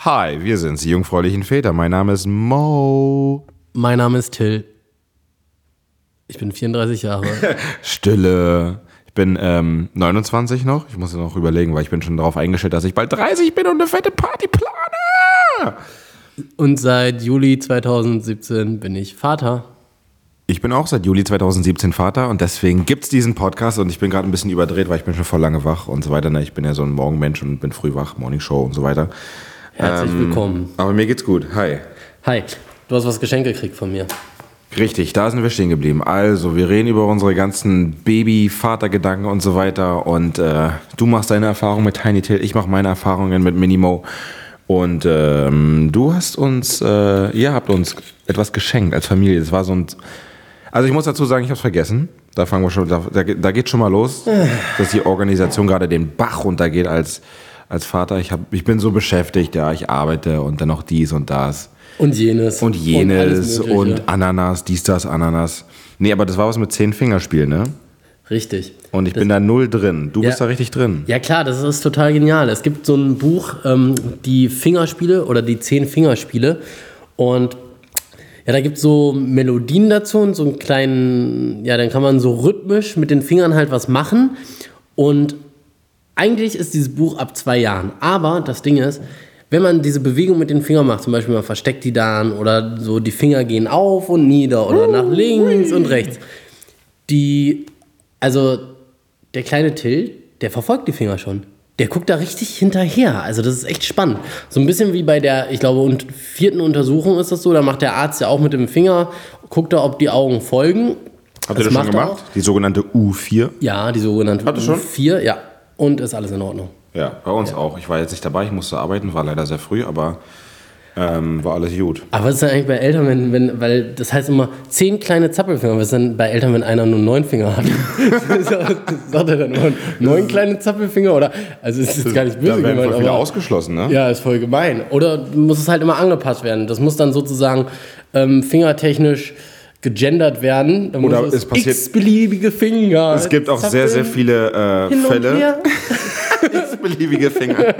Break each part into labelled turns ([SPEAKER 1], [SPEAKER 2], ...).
[SPEAKER 1] Hi, wir sind's, die jungfräulichen Väter. Mein Name ist Mo.
[SPEAKER 2] Mein Name ist Till. Ich bin 34 Jahre alt.
[SPEAKER 1] Stille. Ich bin ähm, 29 noch. Ich muss noch überlegen, weil ich bin schon darauf eingestellt, dass ich bald 30 bin und eine fette Party plane.
[SPEAKER 2] Und seit Juli 2017 bin ich Vater.
[SPEAKER 1] Ich bin auch seit Juli 2017 Vater und deswegen gibt's diesen Podcast und ich bin gerade ein bisschen überdreht, weil ich bin schon voll lange wach und so weiter. ne? Ich bin ja so ein Morgenmensch und bin früh wach, Morning Show und so weiter.
[SPEAKER 2] Herzlich
[SPEAKER 1] Ähm,
[SPEAKER 2] willkommen.
[SPEAKER 1] Aber mir geht's gut. Hi.
[SPEAKER 2] Hi, du hast was Geschenk gekriegt von mir.
[SPEAKER 1] Richtig, da sind wir stehen geblieben. Also, wir reden über unsere ganzen Baby-Vater-Gedanken und so weiter. Und äh, du machst deine Erfahrungen mit Tiny Till, ich mache meine Erfahrungen mit Minimo. Und ähm, du hast uns, äh, ihr habt uns etwas geschenkt als Familie. Das war so ein. Also, ich muss dazu sagen, ich habe es vergessen. Da fangen wir schon, da, da, geht- da geht schon mal los, dass die Organisation gerade den Bach runtergeht als, als Vater. Ich, hab, ich bin so beschäftigt, ja, ich arbeite und dann noch dies und das.
[SPEAKER 2] Und jenes.
[SPEAKER 1] Und jenes
[SPEAKER 2] alles
[SPEAKER 1] und,
[SPEAKER 2] Mögliche.
[SPEAKER 1] Ananas, dies, das, Ananas. Nee, aber das war was mit zehn Fingerspiel, ne?
[SPEAKER 2] Richtig.
[SPEAKER 1] Und ich bin da null drin. Du
[SPEAKER 2] Ja.
[SPEAKER 1] bist da richtig drin.
[SPEAKER 2] Ja klar, das ist total genial. Es gibt so ein Buch, ähm, die Fingerspiele oder die zehn Fingerspiele. Und ja, da gibt es so Melodien dazu und so einen kleinen, ja, dann kann man so rhythmisch mit den Fingern halt was machen. Und eigentlich ist dieses Buch ab zwei Jahren. Aber das Ding ist, wenn man diese Bewegung mit den Fingern macht, zum Beispiel man versteckt die dann oder so, die Finger gehen auf und nieder oder nach links und rechts. Die, also der kleine Till, der verfolgt die Finger schon. Der guckt da richtig hinterher. Also das ist echt spannend. So ein bisschen wie bei der, ich glaube, und vierten Untersuchung ist das so. Da macht der Arzt ja auch mit dem Finger, guckt da, ob die Augen folgen.
[SPEAKER 1] Habt ihr das schon
[SPEAKER 2] macht er
[SPEAKER 1] gemacht? Die sogenannte U4.
[SPEAKER 2] Auch. Ja, die sogenannte
[SPEAKER 1] Habt ihr schon?
[SPEAKER 2] vier. Ja. Und ist alles in Ordnung.
[SPEAKER 1] Ja, bei uns auch. Ich war jetzt nicht dabei, ich musste arbeiten, war leider sehr früh, aber ähm, war alles gut.
[SPEAKER 2] Aber was ist denn eigentlich bei Eltern, wenn, wenn, weil das heißt immer zehn kleine Zappelfinger. Was ist denn bei Eltern, wenn einer nur neun Finger hat? das sagt er dann immer, neun kleine Zappelfinger oder, also es ist jetzt gar nicht böse
[SPEAKER 1] da werden
[SPEAKER 2] gemeint,
[SPEAKER 1] voll viele
[SPEAKER 2] aber
[SPEAKER 1] ausgeschlossen, ne?
[SPEAKER 2] ja, ist voll gemein. Oder muss es halt immer angepasst werden. Das muss dann sozusagen ähm, fingertechnisch gegendert werden. Dann
[SPEAKER 1] Oder
[SPEAKER 2] muss
[SPEAKER 1] es passiert-
[SPEAKER 2] x-beliebige Finger.
[SPEAKER 1] Es gibt auch sehr, sehr viele äh, Fälle. Beliebige Finger.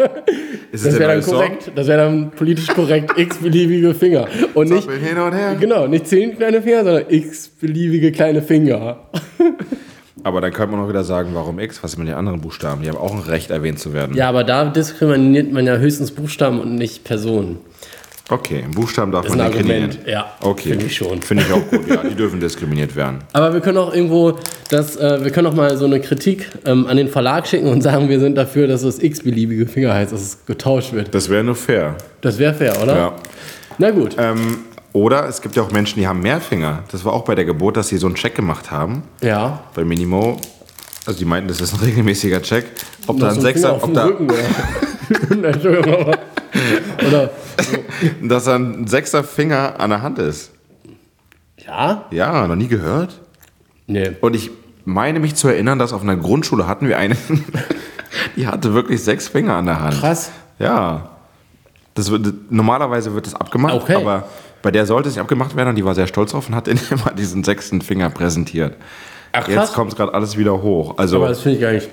[SPEAKER 1] Ist
[SPEAKER 2] Das
[SPEAKER 1] der
[SPEAKER 2] wäre
[SPEAKER 1] neue
[SPEAKER 2] dann
[SPEAKER 1] Song?
[SPEAKER 2] korrekt. Das wäre dann politisch korrekt. x-beliebige Finger. Und nicht
[SPEAKER 1] Zappel hin und her.
[SPEAKER 2] Genau, nicht zehn kleine Finger, sondern x beliebige kleine Finger.
[SPEAKER 1] Aber dann könnte man auch wieder sagen, warum X? Was ist mit den anderen Buchstaben? Die haben auch ein Recht, erwähnt zu werden.
[SPEAKER 2] Ja, aber da diskriminiert man ja höchstens Buchstaben und nicht Personen.
[SPEAKER 1] Okay, Buchstaben darf
[SPEAKER 2] Ist
[SPEAKER 1] man
[SPEAKER 2] ein
[SPEAKER 1] diskriminieren.
[SPEAKER 2] Argument, ja.
[SPEAKER 1] Okay.
[SPEAKER 2] Finde ich schon.
[SPEAKER 1] Finde ich auch gut, ja. Die dürfen diskriminiert werden.
[SPEAKER 2] Aber wir können auch irgendwo, das, äh, wir können auch mal so eine Kritik ähm, an den Verlag schicken und sagen, wir sind dafür, dass es x beliebige Finger heißt, dass es getauscht wird.
[SPEAKER 1] Das wäre nur fair.
[SPEAKER 2] Das wäre fair, oder?
[SPEAKER 1] Ja.
[SPEAKER 2] Na gut.
[SPEAKER 1] Ähm, oder es gibt ja auch Menschen, die haben mehr Finger. Das war auch bei der Geburt, dass sie so einen Check gemacht haben.
[SPEAKER 2] ja.
[SPEAKER 1] Bei Minimo. Also die meinten, das ist ein regelmäßiger Check. Ob da
[SPEAKER 2] Noch so
[SPEAKER 1] ein
[SPEAKER 2] ein Finger
[SPEAKER 1] Sechser,
[SPEAKER 2] auf
[SPEAKER 1] ob
[SPEAKER 2] dem
[SPEAKER 1] da,
[SPEAKER 2] Rücken, oder? Na, Entschuldigung, aber- oder
[SPEAKER 1] dass da ein sechster Finger an der Hand ist.
[SPEAKER 2] ja?
[SPEAKER 1] Ja, noch nie gehört.
[SPEAKER 2] Nee.
[SPEAKER 1] Und ich meine mich zu erinnern, dass auf einer Grundschule hatten wir eine, die hatte wirklich sechs Finger an der Hand.
[SPEAKER 2] Krass.
[SPEAKER 1] Ja. Das wird, normalerweise wird das abgemacht,
[SPEAKER 2] Okay.
[SPEAKER 1] aber bei der sollte es nicht abgemacht werden und die war sehr stolz drauf und hat immer diesen sechsten Finger präsentiert.
[SPEAKER 2] Ach,
[SPEAKER 1] Jetzt kommt gerade alles wieder hoch. Also
[SPEAKER 2] Aber das finde ich eigentlich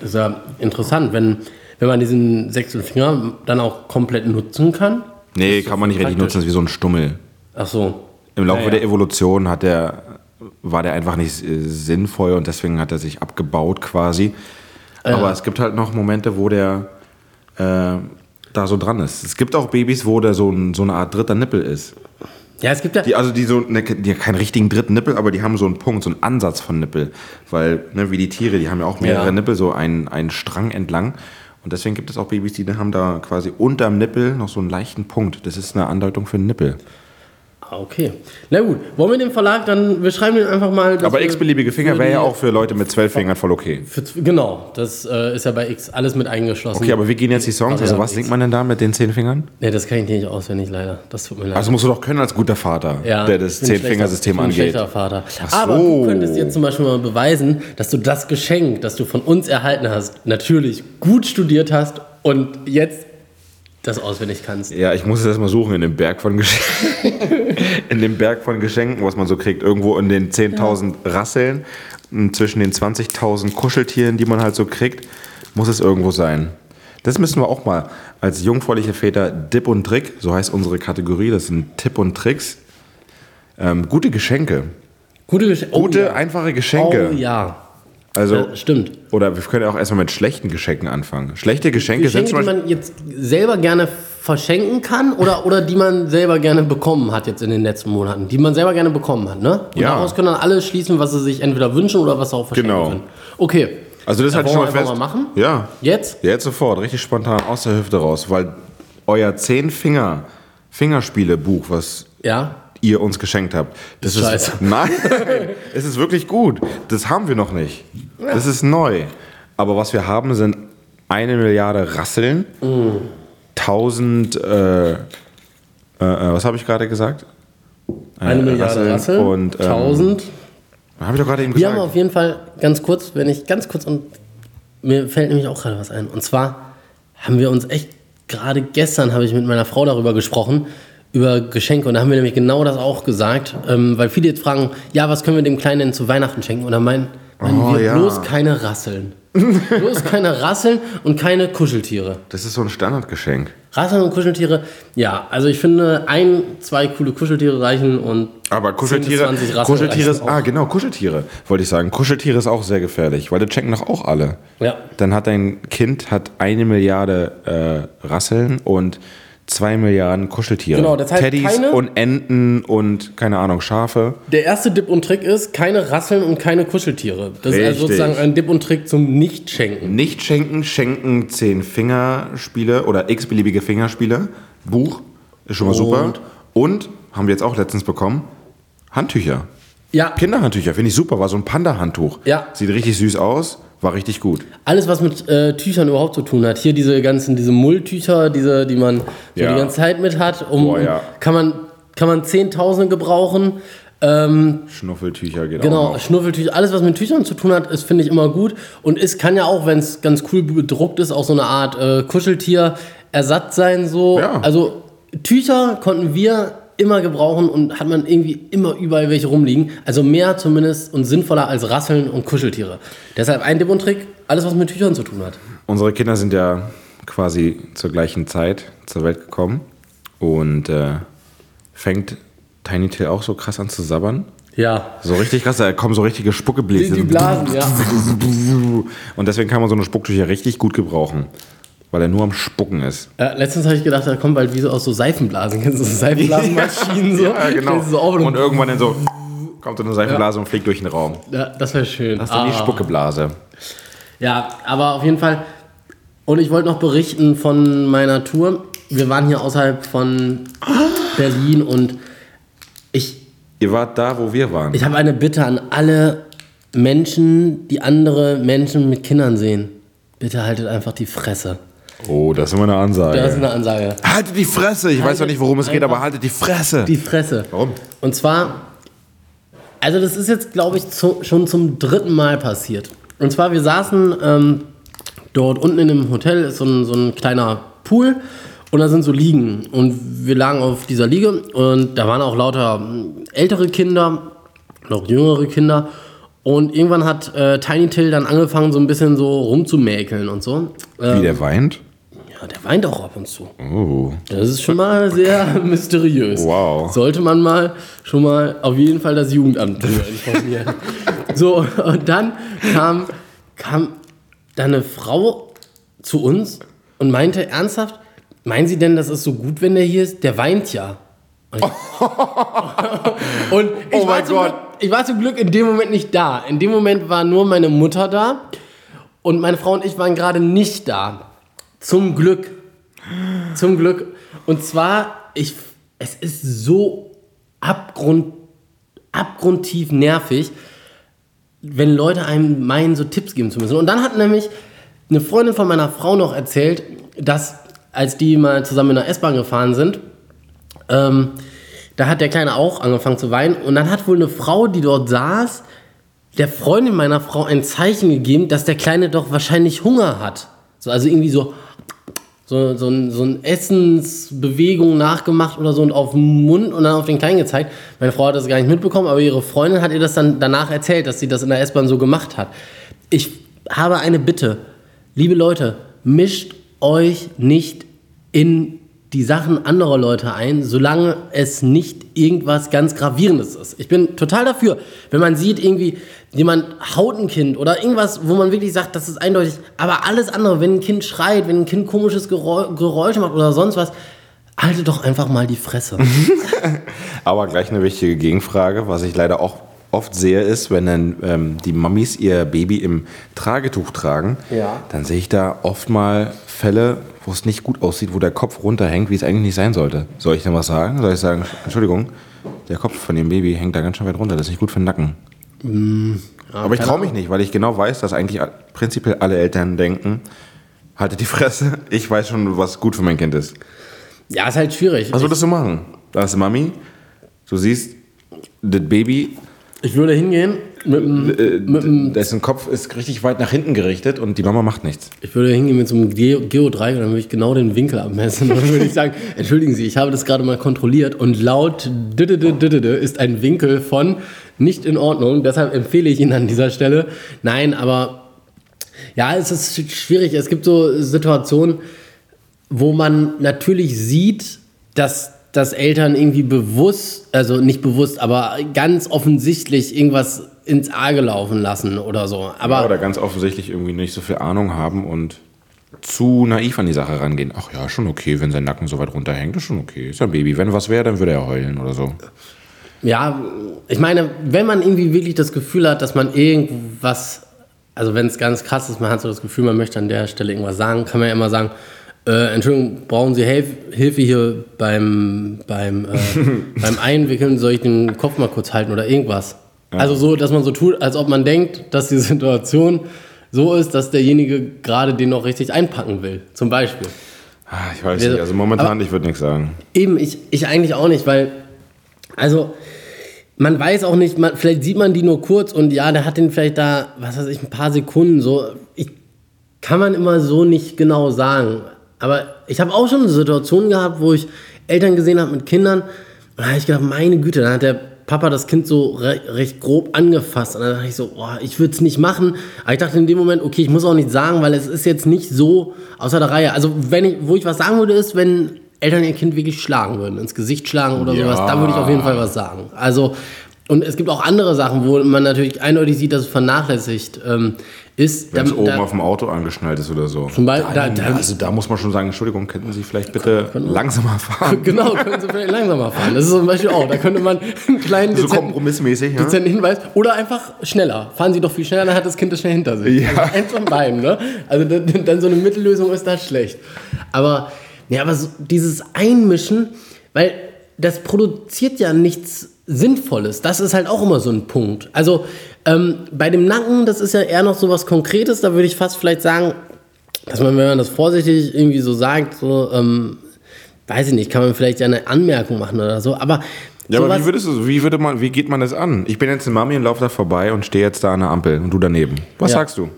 [SPEAKER 2] das ist ja interessant, wenn, wenn man diesen sechsten Finger dann auch komplett nutzen kann.
[SPEAKER 1] nee, kann man nicht richtig
[SPEAKER 2] praktisch.
[SPEAKER 1] nutzen, das ist wie so ein Stummel.
[SPEAKER 2] Ach so.
[SPEAKER 1] Im Laufe
[SPEAKER 2] Ja, ja.
[SPEAKER 1] der Evolution hat der, war der einfach nicht äh, sinnvoll und deswegen hat er sich abgebaut quasi. Aber es gibt halt noch Momente, wo der äh, da so dran ist. Es gibt auch Babys, wo der so, ein, so eine Art dritter Nippel ist.
[SPEAKER 2] Ja, es gibt ja.
[SPEAKER 1] Die, also die so, ne, die haben keinen richtigen dritten Nippel, aber die haben so einen Punkt, so einen Ansatz von Nippel. Weil, ne, wie die Tiere, die haben ja auch mehrere
[SPEAKER 2] Ja.
[SPEAKER 1] Nippel, so einen, einen Strang entlang. Und deswegen gibt es auch Babys, die haben da quasi unterm Nippel noch so einen leichten Punkt. Das ist eine Andeutung für einen Nippel.
[SPEAKER 2] Ah, okay. Na gut, wollen wir den Verlag dann, wir schreiben den einfach mal. dass
[SPEAKER 1] Aber
[SPEAKER 2] wir
[SPEAKER 1] x-beliebige Finger
[SPEAKER 2] für
[SPEAKER 1] wäre ja
[SPEAKER 2] die-
[SPEAKER 1] auch für Leute mit zwölf Fingern voll okay.
[SPEAKER 2] Für, zw- genau, das äh, ist ja bei X alles mit eingeschlossen.
[SPEAKER 1] Okay, aber wir gehen jetzt die Songs. Also was singt man denn da mit den zehn Fingern?
[SPEAKER 2] Nee, das kann ich dir nicht auswendig, leider. Das tut mir leid.
[SPEAKER 1] Also musst du doch können als guter Vater,
[SPEAKER 2] Ja,
[SPEAKER 1] der das
[SPEAKER 2] ich bin ein
[SPEAKER 1] Zehn-Finger-System
[SPEAKER 2] schlechter- ich bin ein
[SPEAKER 1] angeht.
[SPEAKER 2] Schlechter Vater.
[SPEAKER 1] so.
[SPEAKER 2] Aber du könntest jetzt zum Beispiel mal beweisen, dass du das Geschenk, das du von uns erhalten hast, natürlich gut studiert hast und jetzt das auswendig kannst.
[SPEAKER 1] Ja, ich muss es erstmal suchen in dem Berg von Geschenken. in dem Berg von Geschenken, was man so kriegt. Irgendwo in den 10.000 Rasseln, m, zwischen den 20.000 Kuscheltieren, die man halt so kriegt, muss es irgendwo sein. Das müssen wir auch mal als jungfräuliche Väter Dip und Trick, so heißt unsere Kategorie, das sind Tipp und Tricks. Ähm, gute Geschenke.
[SPEAKER 2] Gute, Gesch
[SPEAKER 1] Gute,
[SPEAKER 2] oh, ja.
[SPEAKER 1] einfache Geschenke.
[SPEAKER 2] Oh ja.
[SPEAKER 1] Also,
[SPEAKER 2] ja, stimmt.
[SPEAKER 1] oder wir können auch erstmal mit schlechten Geschenken anfangen. Schlechte Geschenke, sind
[SPEAKER 2] Geschenke,
[SPEAKER 1] zum
[SPEAKER 2] die
[SPEAKER 1] Beispiel.
[SPEAKER 2] man jetzt selber gerne verschenken kann oder, oder die man selber gerne bekommen hat jetzt in den letzten Monaten. Die man selber gerne bekommen hat, ne? Und
[SPEAKER 1] Ja.
[SPEAKER 2] daraus können dann alle schließen, was sie sich entweder wünschen oder was sie auch verschenken
[SPEAKER 1] Genau.
[SPEAKER 2] können. Okay.
[SPEAKER 1] Also, das
[SPEAKER 2] Da
[SPEAKER 1] hatte ich
[SPEAKER 2] wollen
[SPEAKER 1] schon
[SPEAKER 2] wir
[SPEAKER 1] mal fest.
[SPEAKER 2] einfach mal machen?
[SPEAKER 1] Ja.
[SPEAKER 2] Jetzt?
[SPEAKER 1] Ja, Jetzt sofort, richtig spontan aus der Hüfte raus, weil euer 10 Finger Fingerspiele-Buch, was
[SPEAKER 2] Ja.
[SPEAKER 1] ihr uns geschenkt habt, das ist
[SPEAKER 2] scheiße.
[SPEAKER 1] nein, es ist wirklich gut. Das haben wir noch nicht. Das ist neu. Aber was wir haben, sind eine Milliarde Rasseln,
[SPEAKER 2] Mm.
[SPEAKER 1] 1000, äh, äh, äh, was habe ich gerade gesagt?
[SPEAKER 2] Eine Milliarde Rasse.
[SPEAKER 1] Äh, und ähm,
[SPEAKER 2] 1000.
[SPEAKER 1] Habe ich doch gerade eben
[SPEAKER 2] Wir
[SPEAKER 1] gesagt.
[SPEAKER 2] haben auf jeden Fall ganz kurz, wenn ich ganz kurz und mir fällt nämlich auch gerade was ein. Und zwar haben wir uns echt gerade gestern habe ich mit meiner Frau darüber gesprochen über Geschenke und da haben wir nämlich genau das auch gesagt, ähm, weil viele jetzt fragen, ja, was können wir dem Kleinen denn zu Weihnachten schenken? Und dann meinen, meinen
[SPEAKER 1] Oh,
[SPEAKER 2] wir
[SPEAKER 1] ja.
[SPEAKER 2] bloß keine Rasseln. bloß keine Rasseln und keine Kuscheltiere.
[SPEAKER 1] das ist so ein Standardgeschenk.
[SPEAKER 2] Rasseln und Kuscheltiere, ja, also ich finde, ein, zwei coole Kuscheltiere reichen und
[SPEAKER 1] Aber
[SPEAKER 2] 10 bis
[SPEAKER 1] Kuscheltiere,
[SPEAKER 2] 20 Rasseln
[SPEAKER 1] Kuscheltiere
[SPEAKER 2] reichen
[SPEAKER 1] ist, ah genau, Kuscheltiere, wollte ich sagen. Kuscheltiere ist auch sehr gefährlich, weil das checken doch auch alle.
[SPEAKER 2] Ja.
[SPEAKER 1] Dann hat dein Kind hat eine Milliarde äh, Rasseln und zwei Milliarden Kuscheltiere.
[SPEAKER 2] Genau, das heißt
[SPEAKER 1] Teddys
[SPEAKER 2] keine-
[SPEAKER 1] und Enten und, keine Ahnung, Schafe.
[SPEAKER 2] Der erste Dip und Trick ist, keine Rasseln und keine Kuscheltiere. Das ist also
[SPEAKER 1] Richtig.
[SPEAKER 2] sozusagen ein Dip und Trick zum Nicht-Schenken.
[SPEAKER 1] Nicht schenken, schenken zehn Fingerspiele oder x-beliebige Fingerspiele. Buch, ist schon mal super. Und, haben wir jetzt auch letztens bekommen, Handtücher.
[SPEAKER 2] Ja,
[SPEAKER 1] Kinderhandtücher, finde ich super, war so ein Panda-Handtuch.
[SPEAKER 2] Ja.
[SPEAKER 1] Sieht richtig süß aus, war richtig gut.
[SPEAKER 2] alles, was mit äh, Tüchern überhaupt zu tun hat. Hier diese ganzen, diese Mulltücher, diese, die man so
[SPEAKER 1] Ja.
[SPEAKER 2] die ganze Zeit mit hat. Um,
[SPEAKER 1] Boah, ja.
[SPEAKER 2] kann, man, kann man 10.000 gebrauchen. Ähm,
[SPEAKER 1] Schnuffeltücher, genau.
[SPEAKER 2] Genau, Schnuffeltücher, alles was mit Tüchern zu tun hat, ist finde ich immer gut und es kann ja auch, wenn es ganz cool bedruckt ist, auch so eine Art äh, Kuscheltier-Ersatz sein so.
[SPEAKER 1] Ja.
[SPEAKER 2] Also Tücher konnten wir immer gebrauchen und hat man irgendwie immer überall welche rumliegen. Also mehr zumindest und sinnvoller als Rasseln und Kuscheltiere. Deshalb ein Tipp und Trick, alles was mit Tüchern zu tun hat.
[SPEAKER 1] Unsere Kinder sind ja quasi zur gleichen Zeit zur Welt gekommen. Und äh, fängt Tiny Tail auch so krass an zu sabbern?
[SPEAKER 2] Ja.
[SPEAKER 1] So richtig krass, da kommen so richtige
[SPEAKER 2] Die,
[SPEAKER 1] Spuckebläschen.
[SPEAKER 2] die Blasen, ja.
[SPEAKER 1] Und deswegen kann man so eine Spucktücher richtig gut gebrauchen. Weil er nur am Spucken ist.
[SPEAKER 2] Äh, letztens habe ich gedacht, da kommt bald wie so aus so Seifenblasen, kennst du so Seifenblasenmaschinen so?
[SPEAKER 1] Ja, genau.
[SPEAKER 2] Stellst du So auf und
[SPEAKER 1] Und irgendwann dann so kommt so eine Seifenblase und fliegt durch den Raum.
[SPEAKER 2] ja, das wäre schön. Ah.
[SPEAKER 1] Das ist dann die Spuckeblase.
[SPEAKER 2] Ja, aber auf jeden Fall. Und ich wollte noch berichten von meiner Tour. Wir waren hier außerhalb von Berlin und ich,
[SPEAKER 1] Ihr wart da, wo wir waren.
[SPEAKER 2] ich habe eine Bitte an alle Menschen, die andere Menschen mit Kindern sehen. Bitte haltet einfach die Fresse.
[SPEAKER 1] Oh, das ist immer eine Ansage.
[SPEAKER 2] Das ist eine Ansage.
[SPEAKER 1] Haltet die Fresse! Ich weiß
[SPEAKER 2] Haltet
[SPEAKER 1] doch nicht, worum es geht,
[SPEAKER 2] einfach
[SPEAKER 1] aber haltet die Fresse!
[SPEAKER 2] Die Fresse.
[SPEAKER 1] Warum?
[SPEAKER 2] Und zwar, also das ist jetzt, glaube ich, zu, schon zum dritten Mal passiert. Und zwar, wir saßen ähm, dort unten in einem Hotel, ist so ein, so ein kleiner Pool und da sind so Liegen. Und wir lagen auf dieser Liege und da waren auch lauter mh, ältere Kinder, noch jüngere Kinder. Und irgendwann hat äh, Tiny Till dann angefangen, so ein bisschen so rumzumäkeln und so. Äh,
[SPEAKER 1] Wie der weint?
[SPEAKER 2] ja, der weint auch ab und zu.
[SPEAKER 1] Oh.
[SPEAKER 2] Das ist schon mal sehr mysteriös.
[SPEAKER 1] Wow.
[SPEAKER 2] Sollte man mal schon mal auf jeden Fall das Jugendamt drüber informieren. so, und dann kam, kam da eine Frau zu uns und meinte ernsthaft, meinen Sie denn, das ist so gut, wenn der hier ist? Der weint ja. Und ich, und ich,
[SPEAKER 1] Oh
[SPEAKER 2] war
[SPEAKER 1] mein
[SPEAKER 2] zum
[SPEAKER 1] Gott.
[SPEAKER 2] Glück, ich war zum Glück in dem Moment nicht da. In dem Moment war nur meine Mutter da und meine Frau und ich waren gerade nicht da. Zum Glück. Zum Glück. Und zwar, ich, es ist so abgrund, abgrundtief nervig, wenn Leute einem meinen, so Tipps geben zu müssen. Und dann hat nämlich eine Freundin von meiner Frau noch erzählt, dass als die mal zusammen in der S-Bahn gefahren sind, ähm, da hat der Kleine auch angefangen zu weinen. Und dann hat wohl eine Frau, die dort saß, der Freundin meiner Frau ein Zeichen gegeben, dass der Kleine doch wahrscheinlich Hunger hat. So, also irgendwie so, so, so, ein, so ein Essensbewegung nachgemacht oder so und auf den Mund und dann auf den Kleinen gezeigt. Meine Frau hat das gar nicht mitbekommen, aber ihre Freundin hat ihr das dann danach erzählt, dass sie das in der S-Bahn so gemacht hat. Ich habe eine Bitte. Liebe Leute, mischt euch nicht in die Sachen anderer Leute ein, solange es nicht irgendwas ganz Gravierendes ist. Ich bin total dafür, wenn man sieht, irgendwie jemand haut ein Kind oder irgendwas, wo man wirklich sagt, das ist eindeutig. Aber alles andere, wenn ein Kind schreit, wenn ein Kind komisches Gerau- Geräusch macht oder sonst was, haltet doch einfach mal die Fresse.
[SPEAKER 1] Aber gleich eine wichtige Gegenfrage, was ich leider auch oft sehe, ist, wenn dann ähm, die Mamis ihr Baby im Tragetuch tragen,
[SPEAKER 2] Ja.
[SPEAKER 1] dann sehe ich da oft mal Fälle, wo es nicht gut aussieht, wo der Kopf runterhängt, wie es eigentlich nicht sein sollte. Soll ich denn was sagen? Soll ich sagen, Entschuldigung, der Kopf von dem Baby hängt da ganz schön weit runter, das ist nicht gut für den Nacken. Aber ich
[SPEAKER 2] Mm, keine
[SPEAKER 1] traue mich nicht, weil ich genau weiß, dass eigentlich a- prinzipiell alle Eltern denken, haltet die Fresse, ich weiß schon, was gut für mein Kind ist.
[SPEAKER 2] ja, ist halt schwierig.
[SPEAKER 1] Was würdest du machen? Da ist Mami, du siehst, das Baby,
[SPEAKER 2] ich, ich würde hingehen mit einem
[SPEAKER 1] äh, dessen Kopf ist richtig weit nach hinten gerichtet und die Mama macht nichts.
[SPEAKER 2] Ich würde hingehen mit so einem Geo Geodreieck und dann würde ich genau den Winkel abmessen. Und dann würde ich sagen, entschuldigen Sie, ich habe das gerade mal kontrolliert und laut dü-dü-dü-dü-dü-dü ist ein Winkel von nicht in Ordnung. Deshalb empfehle ich Ihnen an dieser Stelle. Nein, aber ja, es ist sch- schwierig. Es gibt so Situationen, wo man natürlich sieht, dass, dass Eltern irgendwie bewusst, also nicht bewusst, aber ganz offensichtlich irgendwas ins Auge laufen lassen oder so. Aber
[SPEAKER 1] Oder ganz offensichtlich irgendwie nicht so viel Ahnung haben und zu naiv an die Sache rangehen. Ach ja, schon okay, wenn sein Nacken so weit runterhängt, ist schon okay. Ist ja ein Baby. Wenn was wäre, dann würde er heulen oder so.
[SPEAKER 2] Ja, ich meine, wenn man irgendwie wirklich das Gefühl hat, dass man irgendwas, also wenn es ganz krass ist, man hat so das Gefühl, man möchte an der Stelle irgendwas sagen, kann man ja immer sagen, äh, Entschuldigung, brauchen Sie Helf- Hilfe hier beim, beim, äh, beim Einwickeln, soll ich den Kopf mal kurz halten oder irgendwas? Also so, dass man so tut, als ob man denkt, dass die Situation so ist, dass derjenige gerade den noch richtig einpacken will, zum Beispiel.
[SPEAKER 1] Ah, Ich weiß
[SPEAKER 2] Wir-
[SPEAKER 1] nicht, also momentan,
[SPEAKER 2] aber-
[SPEAKER 1] ich würde nichts sagen.
[SPEAKER 2] Eben, ich, ich eigentlich auch nicht, weil, also, man weiß auch nicht, man, vielleicht sieht man die nur kurz und ja, der hat den vielleicht da, was weiß ich, ein paar Sekunden so. Ich, kann man immer so nicht genau sagen. Aber ich habe auch schon Situationen gehabt, wo ich Eltern gesehen habe mit Kindern und da habe ich gedacht, meine Güte, dann hat der Papa das Kind so re recht grob angefasst und dann dachte ich so, boah, ich würde es nicht machen. Aber ich dachte in dem Moment, okay, ich muss auch nicht sagen, weil es ist jetzt nicht so außer der Reihe. Also wenn ich, wo ich was sagen würde, ist, wenn Eltern ihr Kind wirklich schlagen würden, ins Gesicht schlagen oder
[SPEAKER 1] Ja.
[SPEAKER 2] sowas, da würde ich auf jeden Fall was sagen. Also und es gibt auch andere Sachen, wo man natürlich eindeutig sieht, dass es vernachlässigt ähm, ist.
[SPEAKER 1] Wenn es
[SPEAKER 2] Da-
[SPEAKER 1] oben
[SPEAKER 2] da-
[SPEAKER 1] auf dem Auto angeschnallt ist oder so.
[SPEAKER 2] Zum Beispiel-
[SPEAKER 1] Dann-
[SPEAKER 2] da- da-
[SPEAKER 1] also da muss man schon sagen, Entschuldigung, könnten Sie vielleicht bitte langsamer fahren?
[SPEAKER 2] Genau, können sie vielleicht langsamer fahren. Das ist zum Beispiel auch. Da könnte man einen kleinen
[SPEAKER 1] So
[SPEAKER 2] dezenten,
[SPEAKER 1] kompromissmäßig, ja?
[SPEAKER 2] dezenten Hinweis. Oder einfach schneller. Fahren sie doch viel schneller, dann hat das Kind das schnell hinter sich. Also
[SPEAKER 1] Ja.
[SPEAKER 2] Eins von beiden, ne? Also dann, dann so eine Mittellösung ist da schlecht. Aber, ja, aber so dieses Einmischen, weil das produziert ja nichts Sinnvolles. Das ist halt auch immer so ein Punkt. Also ähm, bei dem Nacken, das ist ja eher noch so was Konkretes. Da würde ich fast vielleicht sagen, dass man, wenn man das vorsichtig irgendwie so sagt, so, ähm, weiß ich nicht, kann man vielleicht ja eine Anmerkung machen oder so, aber.
[SPEAKER 1] Ja, aber wie
[SPEAKER 2] sowas-
[SPEAKER 1] würdest du, wie würde man, wie geht man das an? Ich bin jetzt eine Mami und laufe da vorbei und stehe jetzt da an der Ampel und du daneben. Was
[SPEAKER 2] Ja.
[SPEAKER 1] sagst du?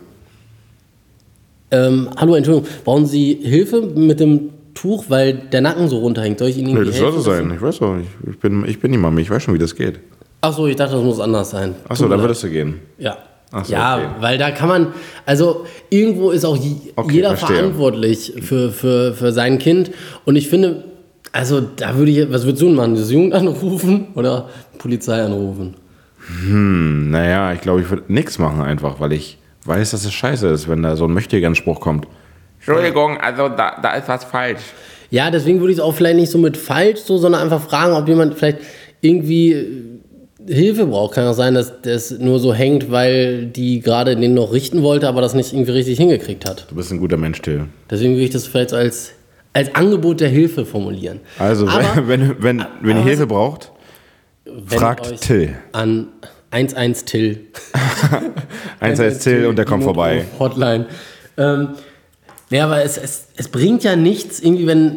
[SPEAKER 2] ähm, hallo, Entschuldigung, brauchen Sie Hilfe mit dem Tuch, weil der Nacken so runterhängt? Soll ich Ihnen
[SPEAKER 1] Nö,
[SPEAKER 2] irgendwie
[SPEAKER 1] das soll so
[SPEAKER 2] helfen?
[SPEAKER 1] sein. Ich weiß doch, ich, ich, bin, ich bin die Mami, ich weiß schon, wie das geht.
[SPEAKER 2] Achso, ich dachte, das muss anders sein.
[SPEAKER 1] Achso,
[SPEAKER 2] Tut mir
[SPEAKER 1] da würdest du gehen.
[SPEAKER 2] Ja.
[SPEAKER 1] Ach so,
[SPEAKER 2] ja,
[SPEAKER 1] okay.
[SPEAKER 2] weil da kann man, also irgendwo ist auch je-
[SPEAKER 1] Okay,
[SPEAKER 2] jeder
[SPEAKER 1] verstehe.
[SPEAKER 2] verantwortlich für, für, für sein Kind. Und ich finde, also da würde ich, was würdest du denn machen? Das Jugend anrufen oder Polizei anrufen?
[SPEAKER 1] Naja, ich glaube, ich würde nichts machen einfach, weil ich weiß, dass es scheiße ist, wenn da so ein Möchtegern-Spruch kommt. Entschuldigung, also da, da ist was falsch.
[SPEAKER 2] Ja, deswegen würde ich es auch vielleicht nicht so mit falsch so, sondern einfach fragen, ob jemand vielleicht irgendwie äh, Hilfe braucht. Kann auch sein, dass das nur so hängt, weil die gerade den noch richten wollte, aber das nicht irgendwie richtig hingekriegt hat.
[SPEAKER 1] Du bist ein guter Mensch, Till.
[SPEAKER 2] Deswegen würde ich das vielleicht so als, als Angebot der Hilfe formulieren.
[SPEAKER 1] Also,
[SPEAKER 2] Aber
[SPEAKER 1] wenn, wenn, wenn, wenn ihr
[SPEAKER 2] aber-
[SPEAKER 1] Hilfe braucht,
[SPEAKER 2] wenn euch
[SPEAKER 1] fragt Till.
[SPEAKER 2] An 11 Till.
[SPEAKER 1] Eins heißt Till und der kommt
[SPEAKER 2] Die
[SPEAKER 1] vorbei.
[SPEAKER 2] Notruf- Hotline. Ähm, ja, aber es, es, es bringt ja nichts, irgendwie, wenn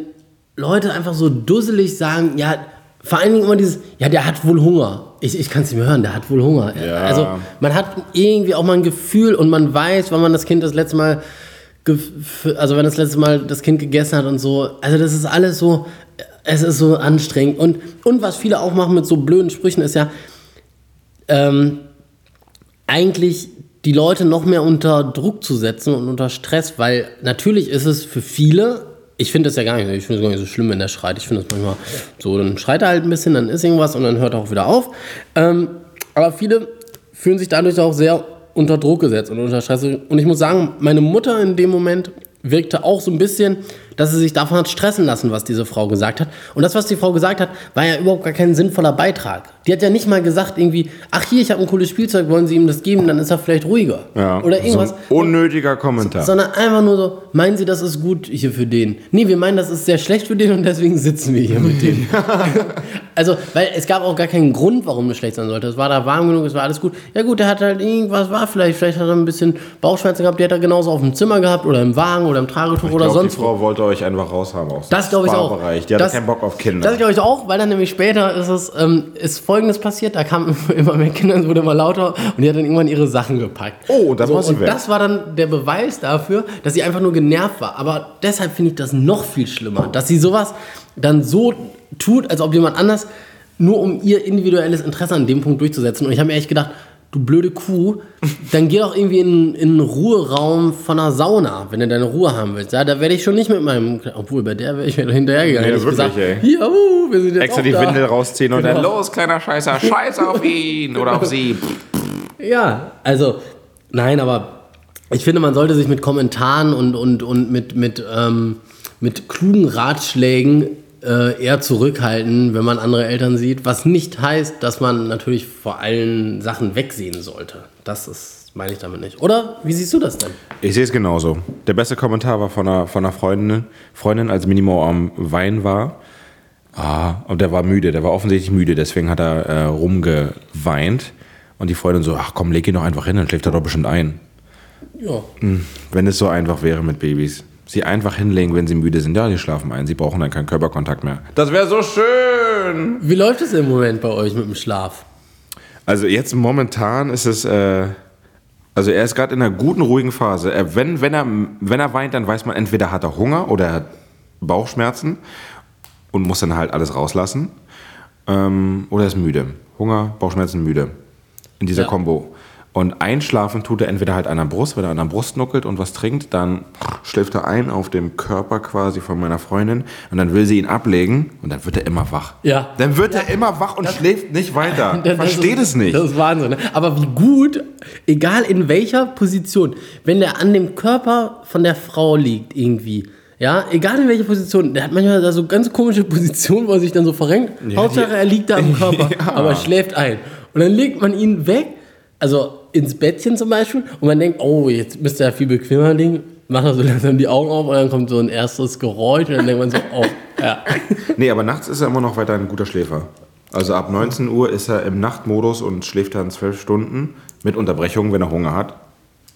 [SPEAKER 2] Leute einfach so dusselig sagen, ja, vor allen Dingen immer dieses, ja, der hat wohl Hunger. Ich, ich kann es nicht mehr hören, der hat wohl Hunger.
[SPEAKER 1] Ja.
[SPEAKER 2] Also man hat irgendwie auch mal ein Gefühl und man weiß, wann man das Kind das letzte Mal, gef- also wann das letzte Mal das Kind gegessen hat und so. Also das ist alles so, es ist so anstrengend. Und, und was viele auch machen mit so blöden Sprüchen ist ja, ähm, eigentlich die Leute noch mehr unter Druck zu setzen und unter Stress, weil natürlich ist es für viele, ich finde das ja gar nicht, ich finde es gar nicht so schlimm, wenn der schreit. Ich finde das manchmal so, dann schreit er halt ein bisschen, dann ist irgendwas und dann hört er auch wieder auf. Ähm, aber viele fühlen sich dadurch auch sehr unter Druck gesetzt und unter Stress. Und ich muss sagen, meine Mutter in dem Moment wirkte auch so ein bisschen, dass sie sich davon hat stressen lassen, was diese Frau gesagt hat. Und das, was die Frau gesagt hat, war ja überhaupt gar kein sinnvoller Beitrag. Die hat ja nicht mal gesagt irgendwie, ach hier, ich habe ein cooles Spielzeug, wollen Sie ihm das geben, dann ist er vielleicht ruhiger.
[SPEAKER 1] Ja,
[SPEAKER 2] Oder irgendwas.
[SPEAKER 1] So ein unnötiger Kommentar.
[SPEAKER 2] Sondern einfach nur so, meinen Sie, das ist gut hier für den? Nee, wir meinen, das ist sehr schlecht für den und deswegen sitzen wir hier mit dem. also, weil es gab auch gar keinen Grund, warum das schlecht sein sollte. Es war da warm genug, es war alles gut. Ja gut, der hat halt irgendwas, war vielleicht, vielleicht hat er ein bisschen Bauchschmerzen gehabt, die hat er genauso auf dem Zimmer gehabt oder im Wagen oder im Tragetuch
[SPEAKER 1] ich
[SPEAKER 2] oder
[SPEAKER 1] glaub,
[SPEAKER 2] sonst
[SPEAKER 1] die
[SPEAKER 2] wo.
[SPEAKER 1] Frau wollte euch einfach raushaben aus
[SPEAKER 2] Das
[SPEAKER 1] dem
[SPEAKER 2] glaube ich auch.
[SPEAKER 1] Spa-Bereich. Die hatte
[SPEAKER 2] Das-
[SPEAKER 1] keinen Bock auf Kinder.
[SPEAKER 2] Das glaube ich auch, weil dann nämlich später ist es ähm, ist Folgendes passiert: Da kamen immer mehr Kinder, es wurde immer lauter und die hat dann irgendwann ihre Sachen gepackt.
[SPEAKER 1] Oh, und dann war sie
[SPEAKER 2] und
[SPEAKER 1] weg.
[SPEAKER 2] das war dann der Beweis dafür, dass sie einfach nur genervt war. Aber deshalb finde ich das noch viel schlimmer, dass sie sowas dann so tut, als ob jemand anders nur um ihr individuelles Interesse an dem Punkt durchzusetzen. Und ich habe mir echt gedacht, du blöde Kuh, dann geh doch irgendwie in, in einen Ruheraum von einer Sauna, wenn du deine Ruhe haben willst. Ja, da werde ich schon nicht mit meinem, obwohl bei der wäre ich mir hinterhergegangen.
[SPEAKER 1] Ja,
[SPEAKER 2] hätte ich
[SPEAKER 1] wirklich,
[SPEAKER 2] gesagt,
[SPEAKER 1] ey.
[SPEAKER 2] ja, uh, wir sind jetzt
[SPEAKER 1] Extra
[SPEAKER 2] auch
[SPEAKER 1] die
[SPEAKER 2] da.
[SPEAKER 1] Windel rausziehen und dann
[SPEAKER 2] Genau.
[SPEAKER 1] los, kleiner Scheißer, scheiß auf ihn oder auf sie.
[SPEAKER 2] Ja, also, nein, aber ich finde, man sollte sich mit Kommentaren und, und, und mit, mit, ähm, mit klugen Ratschlägen äh, eher zurückhalten, wenn man andere Eltern sieht. Was nicht heißt, dass man natürlich vor allen Sachen wegsehen sollte. Das ist, meine ich damit nicht. Oder? Wie siehst du das denn?
[SPEAKER 1] Ich sehe es genauso. Der beste Kommentar war von einer, von einer Freundin, Freundin, als Minimo am Wein war. Ah, und der war müde, der war offensichtlich müde, deswegen hat er äh, rumgeweint. Und die Freundin so, ach komm, leg ihn doch einfach hin, dann schläft er doch bestimmt ein.
[SPEAKER 2] Ja.
[SPEAKER 1] Wenn es so einfach wäre mit Babys. Sie einfach hinlegen, wenn sie müde sind. Ja, die schlafen ein, sie brauchen dann keinen Körperkontakt mehr. Das wäre so schön!
[SPEAKER 2] Wie läuft es im Moment bei euch mit dem Schlaf?
[SPEAKER 1] Also jetzt momentan ist es, äh, also er ist gerade in einer guten, ruhigen Phase. Er, wenn, wenn, er, wenn er weint, dann weiß man, entweder hat er Hunger oder er hat Bauchschmerzen und muss dann halt alles rauslassen. Ähm, oder er ist müde. Hunger, Bauchschmerzen, müde. In dieser
[SPEAKER 2] Ja.
[SPEAKER 1] Kombo. Und einschlafen tut er entweder halt an der Brust, wenn er an der Brust nuckelt und was trinkt, dann schläft er ein auf dem Körper quasi von meiner Freundin und dann will sie ihn ablegen und dann wird er immer wach.
[SPEAKER 2] Ja.
[SPEAKER 1] Dann wird er immer wach und schläft nicht weiter.
[SPEAKER 2] Das- das
[SPEAKER 1] Versteht
[SPEAKER 2] ist-
[SPEAKER 1] es nicht.
[SPEAKER 2] Das ist Wahnsinn. ne? Aber wie gut, egal in welcher Position, wenn der an dem Körper von der Frau liegt irgendwie. Ja, egal in welcher Position. Der hat manchmal da so ganz komische Positionen, wo er sich dann so verrenkt. Hauptsache, er liegt da am Körper,
[SPEAKER 1] Ja.
[SPEAKER 2] aber schläft ein. Und dann legt man ihn weg, also ins Bettchen zum Beispiel, und man denkt, oh, jetzt müsste er viel bequemer liegen. Macht er so langsam die Augen auf und dann kommt so ein erstes Geräusch und dann denkt man so, oh, ja.
[SPEAKER 1] Nee, aber nachts ist er immer noch weiter ein guter Schläfer. Also ab 19 Uhr ist er im Nachtmodus und schläft dann 12 Stunden mit Unterbrechungen, wenn er Hunger hat.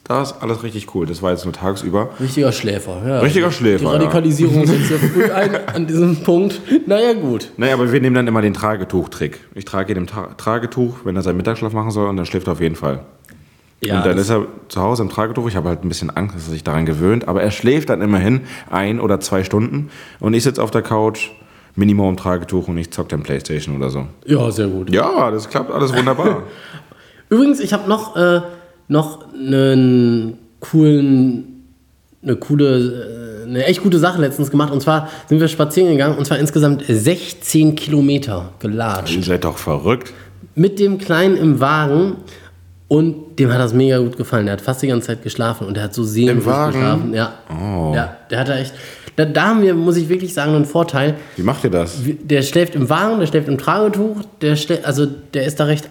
[SPEAKER 1] Da ist alles richtig cool. Das war jetzt nur tagsüber.
[SPEAKER 2] Richtiger Schläfer, ja.
[SPEAKER 1] Richtiger
[SPEAKER 2] Die
[SPEAKER 1] Schläfer. ja.
[SPEAKER 2] Radikalisierung ist jetzt sehr früh ein an diesem Punkt. Naja, gut.
[SPEAKER 1] Naja, aber wir nehmen dann immer den Tragetuch-Trick. Ich trage ihn im Tra Tragetuch, wenn er seinen Mittagsschlaf machen soll, und dann schläft er auf jeden Fall.
[SPEAKER 2] Ja,
[SPEAKER 1] und dann
[SPEAKER 2] das-
[SPEAKER 1] ist er zu Hause im Tragetuch. Ich habe halt ein bisschen Angst, dass er sich daran gewöhnt. Aber er schläft dann immerhin ein oder zwei Stunden. Und ich sitze auf der Couch, Minimum im Tragetuch, und ich zocke dann Playstation oder so.
[SPEAKER 2] ja, sehr gut.
[SPEAKER 1] Ja, das klappt alles wunderbar.
[SPEAKER 2] Übrigens, ich habe noch, äh, noch einen coolen, eine coole, äh, eine echt gute Sache letztens gemacht. Und zwar sind wir spazieren gegangen und zwar insgesamt 16 Kilometer gelatscht.
[SPEAKER 1] Ihr seid doch verrückt.
[SPEAKER 2] Mit dem Kleinen im Wagen. Und dem hat das mega gut gefallen. Der hat fast die ganze Zeit geschlafen und der hat so sehnsüchtig
[SPEAKER 1] Wagen?
[SPEAKER 2] geschlafen. Ja.
[SPEAKER 1] Oh.
[SPEAKER 2] ja, der hat da echt. Da, da haben wir, muss ich wirklich sagen, einen Vorteil.
[SPEAKER 1] Wie macht ihr das?
[SPEAKER 2] Der schläft im Wagen, der schläft im Tragetuch, der schlä- also der ist da recht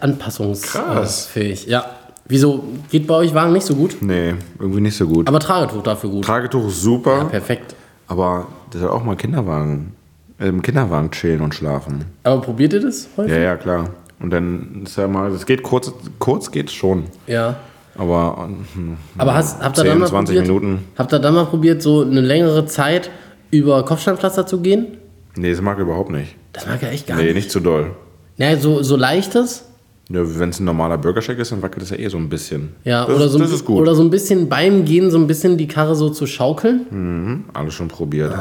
[SPEAKER 1] Krass.
[SPEAKER 2] anpassungsfähig. Ja. Wieso geht bei euch Wagen nicht so gut?
[SPEAKER 1] Nee, irgendwie nicht so gut.
[SPEAKER 2] Aber Tragetuch dafür gut.
[SPEAKER 1] Tragetuch ist super,
[SPEAKER 2] Perfekt.
[SPEAKER 1] aber der soll auch mal Kinderwagen, äh, im Kinderwagen chillen und schlafen.
[SPEAKER 2] Aber probiert ihr das
[SPEAKER 1] Ja,
[SPEAKER 2] häufig?
[SPEAKER 1] ja, klar. Und dann ist ja mal, das geht kurz, kurz geht's schon.
[SPEAKER 2] Ja.
[SPEAKER 1] Aber hm,
[SPEAKER 2] Aber hast, habt ihr
[SPEAKER 1] 10,
[SPEAKER 2] dann mal
[SPEAKER 1] 20
[SPEAKER 2] probiert,
[SPEAKER 1] Minuten.
[SPEAKER 2] Habt ihr dann mal probiert, so eine längere Zeit über Kopfsteinpflaster zu gehen?
[SPEAKER 1] nee, das mag er überhaupt nicht.
[SPEAKER 2] Das mag er echt gar
[SPEAKER 1] Nee,
[SPEAKER 2] nicht.
[SPEAKER 1] nicht zu doll.
[SPEAKER 2] Naja, so, so leichtes.
[SPEAKER 1] Wenn es ein normaler Bürgercheck ist, dann wackelt es ja eh so ein bisschen.
[SPEAKER 2] Ja,
[SPEAKER 1] das,
[SPEAKER 2] oder, so, ein-
[SPEAKER 1] das ist gut.
[SPEAKER 2] oder so ein bisschen beim Gehen, so ein bisschen die Karre so zu schaukeln.
[SPEAKER 1] Hm. Alles schon probiert.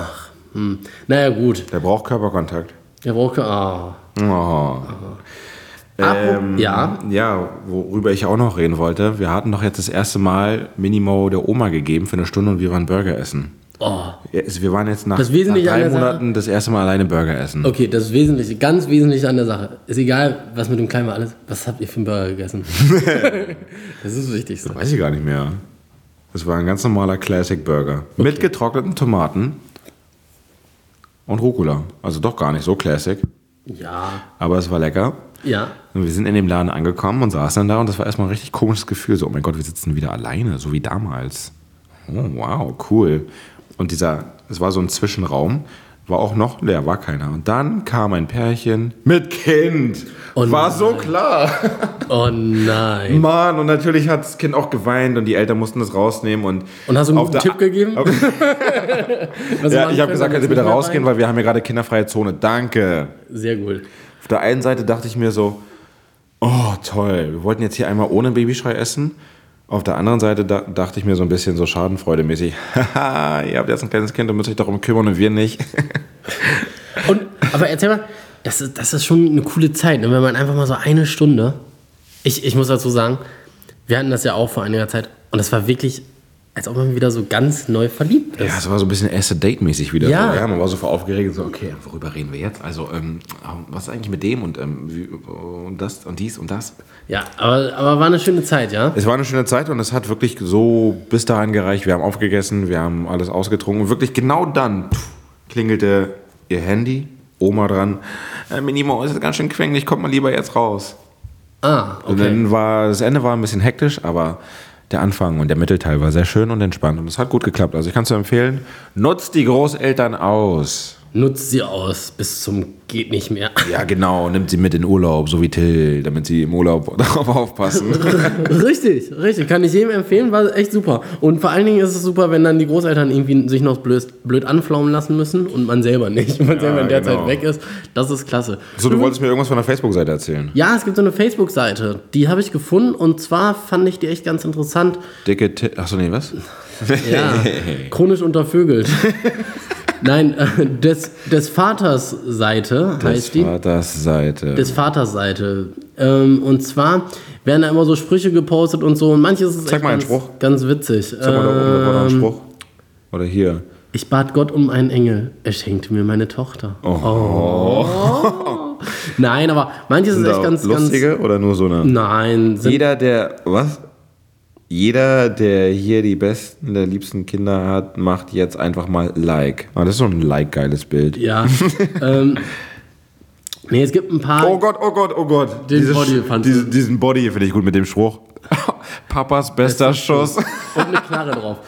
[SPEAKER 2] Hm. Naja, gut.
[SPEAKER 1] Der braucht Körperkontakt.
[SPEAKER 2] Der braucht. Ah.
[SPEAKER 1] Oh. Ähm,
[SPEAKER 2] ja.
[SPEAKER 1] Ja, worüber ich auch noch reden wollte. Wir hatten doch jetzt das erste Mal Minimo der Oma gegeben für eine Stunde und wir waren Burger essen.
[SPEAKER 2] Oh,
[SPEAKER 1] Jetzt- Wir waren jetzt nach,
[SPEAKER 2] Das
[SPEAKER 1] nach
[SPEAKER 2] Wesentliche
[SPEAKER 1] drei
[SPEAKER 2] an der Sache-
[SPEAKER 1] Monaten das erste Mal alleine Burger essen.
[SPEAKER 2] okay, das ist wesentlich, ganz wesentlich an der Sache. Ist egal, was mit dem Kleinen war alles. Was habt ihr für einen Burger gegessen? das ist das Wichtigste.
[SPEAKER 1] Weiß ich gar nicht mehr. Das war ein ganz normaler Classic Burger. Mit getrockneten Tomaten und Rucola. Also doch gar nicht so Classic,
[SPEAKER 2] Ja,
[SPEAKER 1] aber es war lecker.
[SPEAKER 2] ja.
[SPEAKER 1] Und wir sind in dem Laden angekommen und saßen dann da und das war erstmal ein richtig komisches Gefühl. So, oh mein Gott, wir sitzen wieder alleine, so wie damals. Oh, wow, cool. Und dieser, es war so ein Zwischenraum, war auch noch leer, war keiner. Und dann kam ein Pärchen mit Kind.
[SPEAKER 2] Oh
[SPEAKER 1] war so
[SPEAKER 2] nein.
[SPEAKER 1] klar.
[SPEAKER 2] Oh nein.
[SPEAKER 1] Mann, und natürlich hat das Kind auch geweint und die Eltern mussten das rausnehmen. Und,
[SPEAKER 2] Und hast du einen
[SPEAKER 1] auf
[SPEAKER 2] guten
[SPEAKER 1] der-
[SPEAKER 2] Tipp gegeben?
[SPEAKER 1] auf-
[SPEAKER 2] Was
[SPEAKER 1] ja,
[SPEAKER 2] machen
[SPEAKER 1] ich habe
[SPEAKER 2] können,
[SPEAKER 1] gesagt,
[SPEAKER 2] wenn
[SPEAKER 1] könnt
[SPEAKER 2] es
[SPEAKER 1] ihr bitte
[SPEAKER 2] nicht mehr
[SPEAKER 1] rausgehen, weil wir haben ja gerade kinderfreie Zone. Danke.
[SPEAKER 2] rein- Sehr gut.
[SPEAKER 1] Auf der einen Seite dachte ich mir so, oh toll, wir wollten jetzt hier einmal ohne Babyschrei essen. Auf der anderen Seite da, dachte ich mir so ein bisschen so schadenfreudemäßig, haha, ihr habt jetzt ein kleines Kind und müsst euch darum kümmern und wir nicht.
[SPEAKER 2] Und, aber erzähl mal, das ist, das ist schon eine coole Zeit, ne? wenn man einfach mal so eine Stunde. Ich, ich muss dazu sagen, wir hatten das ja auch vor einiger Zeit und das war wirklich, als ob man wieder so ganz neu verliebt
[SPEAKER 1] Ja,
[SPEAKER 2] ist.
[SPEAKER 1] es war so ein bisschen erste Date-mäßig wieder.
[SPEAKER 2] Ja.
[SPEAKER 1] So, ja, man war so vor aufgeregt, so, okay, worüber reden wir jetzt? Also, ähm, was ist eigentlich mit dem und, ähm, wie, und das und dies und das?
[SPEAKER 2] Ja, aber, aber war eine schöne Zeit, ja?
[SPEAKER 1] Es war eine schöne Zeit und es hat wirklich so bis dahin gereicht. Wir haben aufgegessen, wir haben alles ausgetrunken und wirklich genau dann pff, klingelte ihr Handy, Oma dran. Äh, Minimo ist ganz schön quengelig, kommt mal lieber jetzt raus.
[SPEAKER 2] Ah,
[SPEAKER 1] Und
[SPEAKER 2] okay.
[SPEAKER 1] dann war das Ende war ein bisschen hektisch, aber der Anfang und der Mittelteil war sehr schön und entspannt und es hat gut geklappt. Also ich kann es nur empfehlen, nutzt die Großeltern aus.
[SPEAKER 2] Nutzt sie aus bis zum geht nicht mehr.
[SPEAKER 1] Ja, genau, nimmt sie mit in Urlaub, so wie Till, damit sie im Urlaub darauf aufpassen.
[SPEAKER 2] richtig, richtig. Kann ich jedem empfehlen, war echt super. Und vor allen Dingen ist es super, wenn dann die Großeltern irgendwie sich noch blöd, blöd anflaumen lassen müssen und man selber nicht. Und man selber in der
[SPEAKER 1] genau.
[SPEAKER 2] Zeit weg ist. Das ist klasse.
[SPEAKER 1] So, du wolltest mir irgendwas von der Facebook-Seite erzählen.
[SPEAKER 2] Ja, es gibt so eine Facebook-Seite. Die habe ich gefunden und zwar fand ich die echt ganz interessant.
[SPEAKER 1] Dicke Till. Achso, nee, was?
[SPEAKER 2] Ja, chronisch untervögelt. Nein, äh, des, des Vaters Seite heißt die.
[SPEAKER 1] Das war das äh, Seite.
[SPEAKER 2] Des Vaters Seite. Ähm, und zwar werden da immer so Sprüche gepostet und so. Und manches ist
[SPEAKER 1] Zeig
[SPEAKER 2] echt
[SPEAKER 1] mal einen
[SPEAKER 2] ganz,
[SPEAKER 1] Spruch.
[SPEAKER 2] ganz witzig.
[SPEAKER 1] Guck mal da oben, da war noch ein
[SPEAKER 2] Ähm,
[SPEAKER 1] Spruch. Oder hier.
[SPEAKER 2] Ich bat Gott um einen Engel. Er schenkte mir meine Tochter. Oh. Nein, aber manches ist
[SPEAKER 1] Sind da
[SPEAKER 2] echt ganz, ganz.
[SPEAKER 1] lustige oder nur so eine?
[SPEAKER 2] Nein, sind
[SPEAKER 1] Jeder, der. Was? Jeder, der hier die besten, der liebsten Kinder hat, macht jetzt einfach mal Like. Ah, das ist so ein Like-geiles Bild.
[SPEAKER 2] Ja. ähm, nee, es gibt ein paar.
[SPEAKER 1] Oh Gott, oh Gott, oh Gott.
[SPEAKER 2] Den
[SPEAKER 1] Dieses-
[SPEAKER 2] Body fandst
[SPEAKER 1] diesen, diesen Body finde ich gut mit dem Spruch. Papas bester Schuss.
[SPEAKER 2] Und eine Knarre drauf.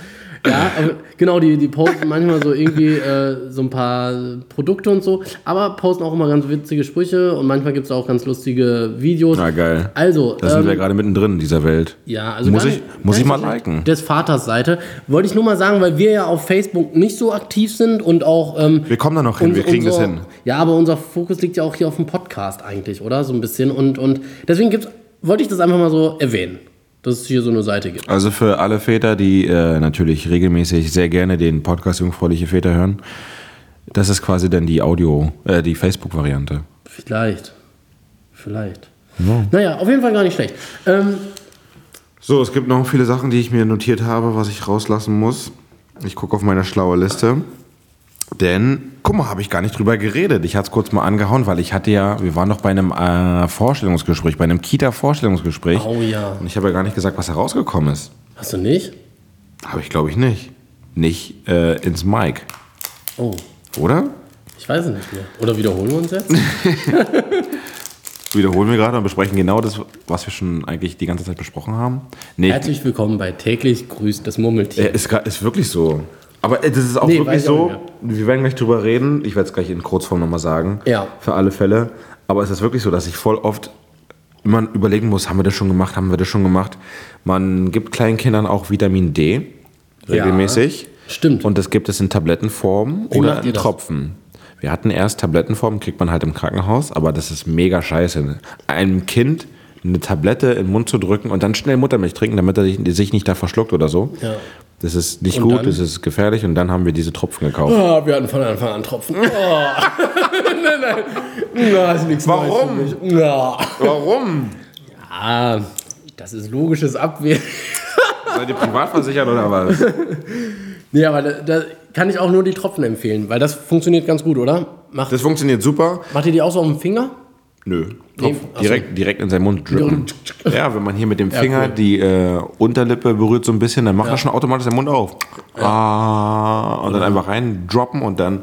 [SPEAKER 2] Ja, aber genau, die, die posten manchmal so irgendwie äh, so ein paar Produkte und so, aber posten auch immer ganz witzige Sprüche und manchmal gibt es auch ganz lustige Videos.
[SPEAKER 1] Na geil.
[SPEAKER 2] Also,
[SPEAKER 1] Da sind
[SPEAKER 2] ähm,
[SPEAKER 1] wir gerade mittendrin in dieser Welt.
[SPEAKER 2] ja, also
[SPEAKER 1] Muss
[SPEAKER 2] gar
[SPEAKER 1] ich-
[SPEAKER 2] nicht-
[SPEAKER 1] muss
[SPEAKER 2] gar
[SPEAKER 1] ich
[SPEAKER 2] nicht
[SPEAKER 1] mal
[SPEAKER 2] so schlecht.
[SPEAKER 1] liken.
[SPEAKER 2] Des Vaters Seite. Wollte ich nur mal sagen, weil wir ja auf Facebook nicht so aktiv sind und auch. Ähm,
[SPEAKER 1] Wir kommen da noch hin, wir
[SPEAKER 2] unser-
[SPEAKER 1] kriegen das
[SPEAKER 2] unser-
[SPEAKER 1] hin.
[SPEAKER 2] Ja, aber unser Fokus liegt ja auch hier auf dem Podcast eigentlich, oder? So ein bisschen. Und, und deswegen gibt's, wollte ich das einfach mal so erwähnen, dass es hier so eine Seite gibt.
[SPEAKER 1] Also für alle Väter, die äh, natürlich regelmäßig sehr gerne den Podcast Jungfräuliche Väter hören, das ist quasi dann die Audio, äh, die Facebook-Variante.
[SPEAKER 2] Vielleicht. Vielleicht. Naja, auf jeden Fall gar nicht schlecht. Ähm,
[SPEAKER 1] So, es gibt noch viele Sachen, die ich mir notiert habe, was ich rauslassen muss. Ich gucke auf meine schlaue Liste. Denn, guck mal, habe ich gar nicht drüber geredet. Ich hatte es kurz mal angehauen, weil ich hatte ja, wir waren doch bei einem äh, Vorstellungsgespräch, bei einem Kita-Vorstellungsgespräch.
[SPEAKER 2] oh ja.
[SPEAKER 1] Und ich habe ja gar nicht gesagt, was herausgekommen ist.
[SPEAKER 2] Hast du nicht?
[SPEAKER 1] Habe ich, glaube ich, nicht. Nicht äh, ins Mic,
[SPEAKER 2] Oh,
[SPEAKER 1] oder?
[SPEAKER 2] ich weiß es nicht mehr. Oder wiederholen wir uns jetzt?
[SPEAKER 1] wiederholen wir gerade und besprechen genau das, was wir schon eigentlich die ganze Zeit besprochen haben. Nee,
[SPEAKER 2] Herzlich willkommen bei Täglich grüßt das Murmeltier.
[SPEAKER 1] äh, ist, gra- ist wirklich so. Aber äh, das ist auch
[SPEAKER 2] Nee,
[SPEAKER 1] wirklich
[SPEAKER 2] weiß ich auch
[SPEAKER 1] so.
[SPEAKER 2] nicht
[SPEAKER 1] wir werden gleich drüber reden. Ich werde es gleich in Kurzform nochmal sagen.
[SPEAKER 2] Ja.
[SPEAKER 1] Für alle Fälle. Aber es ist wirklich so, dass ich voll oft immer überlegen muss, haben wir das schon gemacht, haben wir das schon gemacht. Man gibt kleinen Kindern auch Vitamin D regelmäßig.
[SPEAKER 2] Stimmt.
[SPEAKER 1] Und das gibt es in Tablettenform
[SPEAKER 2] Wie
[SPEAKER 1] oder
[SPEAKER 2] macht
[SPEAKER 1] in
[SPEAKER 2] ihr das?
[SPEAKER 1] Tropfen. Wir hatten erst Tablettenform, kriegt man halt im Krankenhaus, aber das ist mega scheiße. Einem Kind eine Tablette in den Mund zu drücken und dann schnell Muttermilch trinken, damit er sich- sich nicht da verschluckt oder so.
[SPEAKER 2] Ja.
[SPEAKER 1] Das ist nicht
[SPEAKER 2] Und
[SPEAKER 1] gut,
[SPEAKER 2] dann?
[SPEAKER 1] das ist gefährlich und dann haben wir diese Tropfen gekauft.
[SPEAKER 2] Ah, wir hatten von Anfang an Tropfen. Oh. nein. Na, ist nichts
[SPEAKER 1] Warum?
[SPEAKER 2] Neues für mich. Na.
[SPEAKER 1] Warum?
[SPEAKER 2] Ah, das ist logisches Abwehr.
[SPEAKER 1] Seid ihr privat versichert oder was?
[SPEAKER 2] Nee, aber da, da kann ich auch nur die Tropfen empfehlen, weil das funktioniert ganz gut, oder? Macht,
[SPEAKER 1] Das funktioniert super.
[SPEAKER 2] macht ihr die auch so auf dem Finger?
[SPEAKER 1] Nö.
[SPEAKER 2] Nee,
[SPEAKER 1] Tropf.
[SPEAKER 2] ach so.
[SPEAKER 1] direkt, direkt in seinen Mund drippen. Ja, wenn man hier mit dem Finger
[SPEAKER 2] cool.
[SPEAKER 1] die äh, Unterlippe berührt so ein bisschen, dann macht er schon automatisch den Mund auf. Ah, und dann einfach rein droppen und dann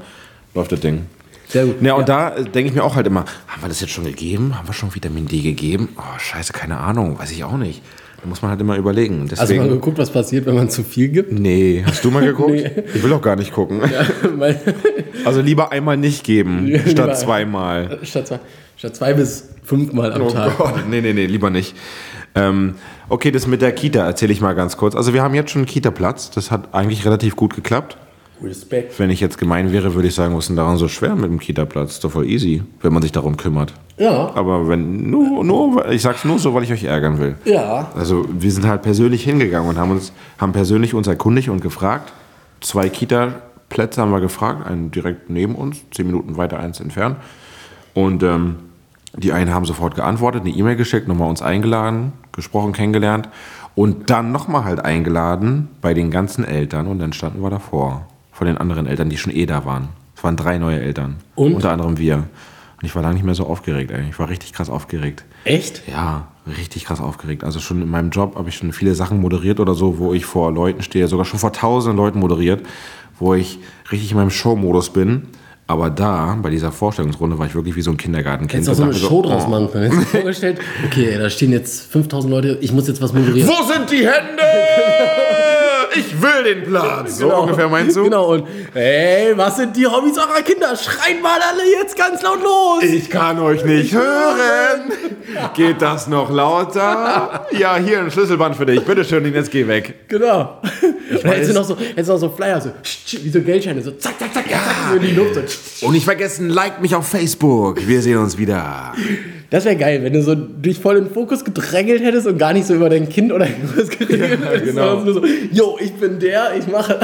[SPEAKER 1] läuft das Ding.
[SPEAKER 2] Sehr gut.
[SPEAKER 1] Ja, und da äh, denke ich mir auch halt immer, haben wir das jetzt schon gegeben? Haben wir schon Vitamin D gegeben? Oh, scheiße, keine Ahnung, weiß ich auch nicht. Da muss man halt immer überlegen.
[SPEAKER 2] Hast du
[SPEAKER 1] Deswegen,
[SPEAKER 2] Also mal geguckt, was passiert, wenn man zu viel gibt?
[SPEAKER 1] nee, hast du mal geguckt?
[SPEAKER 2] Nee.
[SPEAKER 1] Ich will auch gar nicht gucken.
[SPEAKER 2] Weil,
[SPEAKER 1] Also lieber einmal nicht geben,
[SPEAKER 2] lieber-
[SPEAKER 1] statt zweimal.
[SPEAKER 2] statt, zwei, statt zwei bis fünfmal am
[SPEAKER 1] Oh
[SPEAKER 2] Tag.
[SPEAKER 1] Gott, nee, nee, nee, lieber nicht. Ähm, okay, das mit der Kita erzähle ich mal ganz kurz. Also wir haben jetzt schon einen Kita-Platz. Das hat eigentlich relativ gut geklappt.
[SPEAKER 2] Respekt.
[SPEAKER 1] Wenn ich jetzt gemein wäre, würde ich sagen, was ist denn daran so schwer mit dem Kita-Platz? Ist doch voll easy, wenn man sich darum kümmert.
[SPEAKER 2] Ja,
[SPEAKER 1] Aber wenn, nur, nur, ich sag's nur so, weil ich euch ärgern will.
[SPEAKER 2] ja.
[SPEAKER 1] Also wir sind halt persönlich hingegangen und haben uns, haben persönlich uns erkundigt und gefragt. Zwei Kita-Plätze haben wir gefragt, einen direkt neben uns, zehn Minuten weiter eins entfernt. Und ähm, die einen haben sofort geantwortet, eine E-Mail geschickt, nochmal uns eingeladen, gesprochen, kennengelernt und dann nochmal halt eingeladen bei den ganzen Eltern und dann standen wir davor von den anderen Eltern, die schon eh da waren. Es waren drei neue Eltern,
[SPEAKER 2] Und?
[SPEAKER 1] unter anderem wir. Und ich war lange nicht mehr so aufgeregt, ey. ich war richtig krass aufgeregt.
[SPEAKER 2] Echt?
[SPEAKER 1] Ja, richtig krass aufgeregt. Also schon in meinem Job habe ich schon viele Sachen moderiert oder so, wo ich vor Leuten stehe, sogar schon vor tausenden Leuten moderiert, wo ich richtig in meinem Showmodus bin. Aber da, bei dieser Vorstellungsrunde, war ich wirklich wie so ein Kindergartenkind.
[SPEAKER 2] Jetzt noch so eine
[SPEAKER 1] und dachte
[SPEAKER 2] Show draus
[SPEAKER 1] oh,
[SPEAKER 2] machen können. Jetzt vorgestellt, okay, da stehen jetzt 5000 Leute, ich muss jetzt was moderieren.
[SPEAKER 1] Wo sind die Hände? Ich will den Platz. So ungefähr meinst du?
[SPEAKER 2] Genau, und hey, was sind die Hobbys eurer Kinder? Schreit mal alle jetzt ganz laut los!
[SPEAKER 1] Ich kann euch nicht hören. Geht das noch lauter? Ja, hier ein Schlüsselband für dich. Bitte schön, jetzt geh weg.
[SPEAKER 2] Genau. Ich
[SPEAKER 1] weiß-
[SPEAKER 2] hättest du noch so, hättest du noch so Flyer, so, tsch, tsch, wie so Geldscheine, so zack, zack, zack, zack, so in die Luft. So, tsch, tsch.
[SPEAKER 1] Und nicht vergessen, liked mich auf Facebook. Wir sehen uns wieder.
[SPEAKER 2] das wäre geil, wenn du so dich voll in den Fokus gedrängelt hättest und gar nicht so über dein Kind oder irgendwas geredet hättest.
[SPEAKER 1] genau.
[SPEAKER 2] sondern Nur so, yo, ich bin der, ich mache.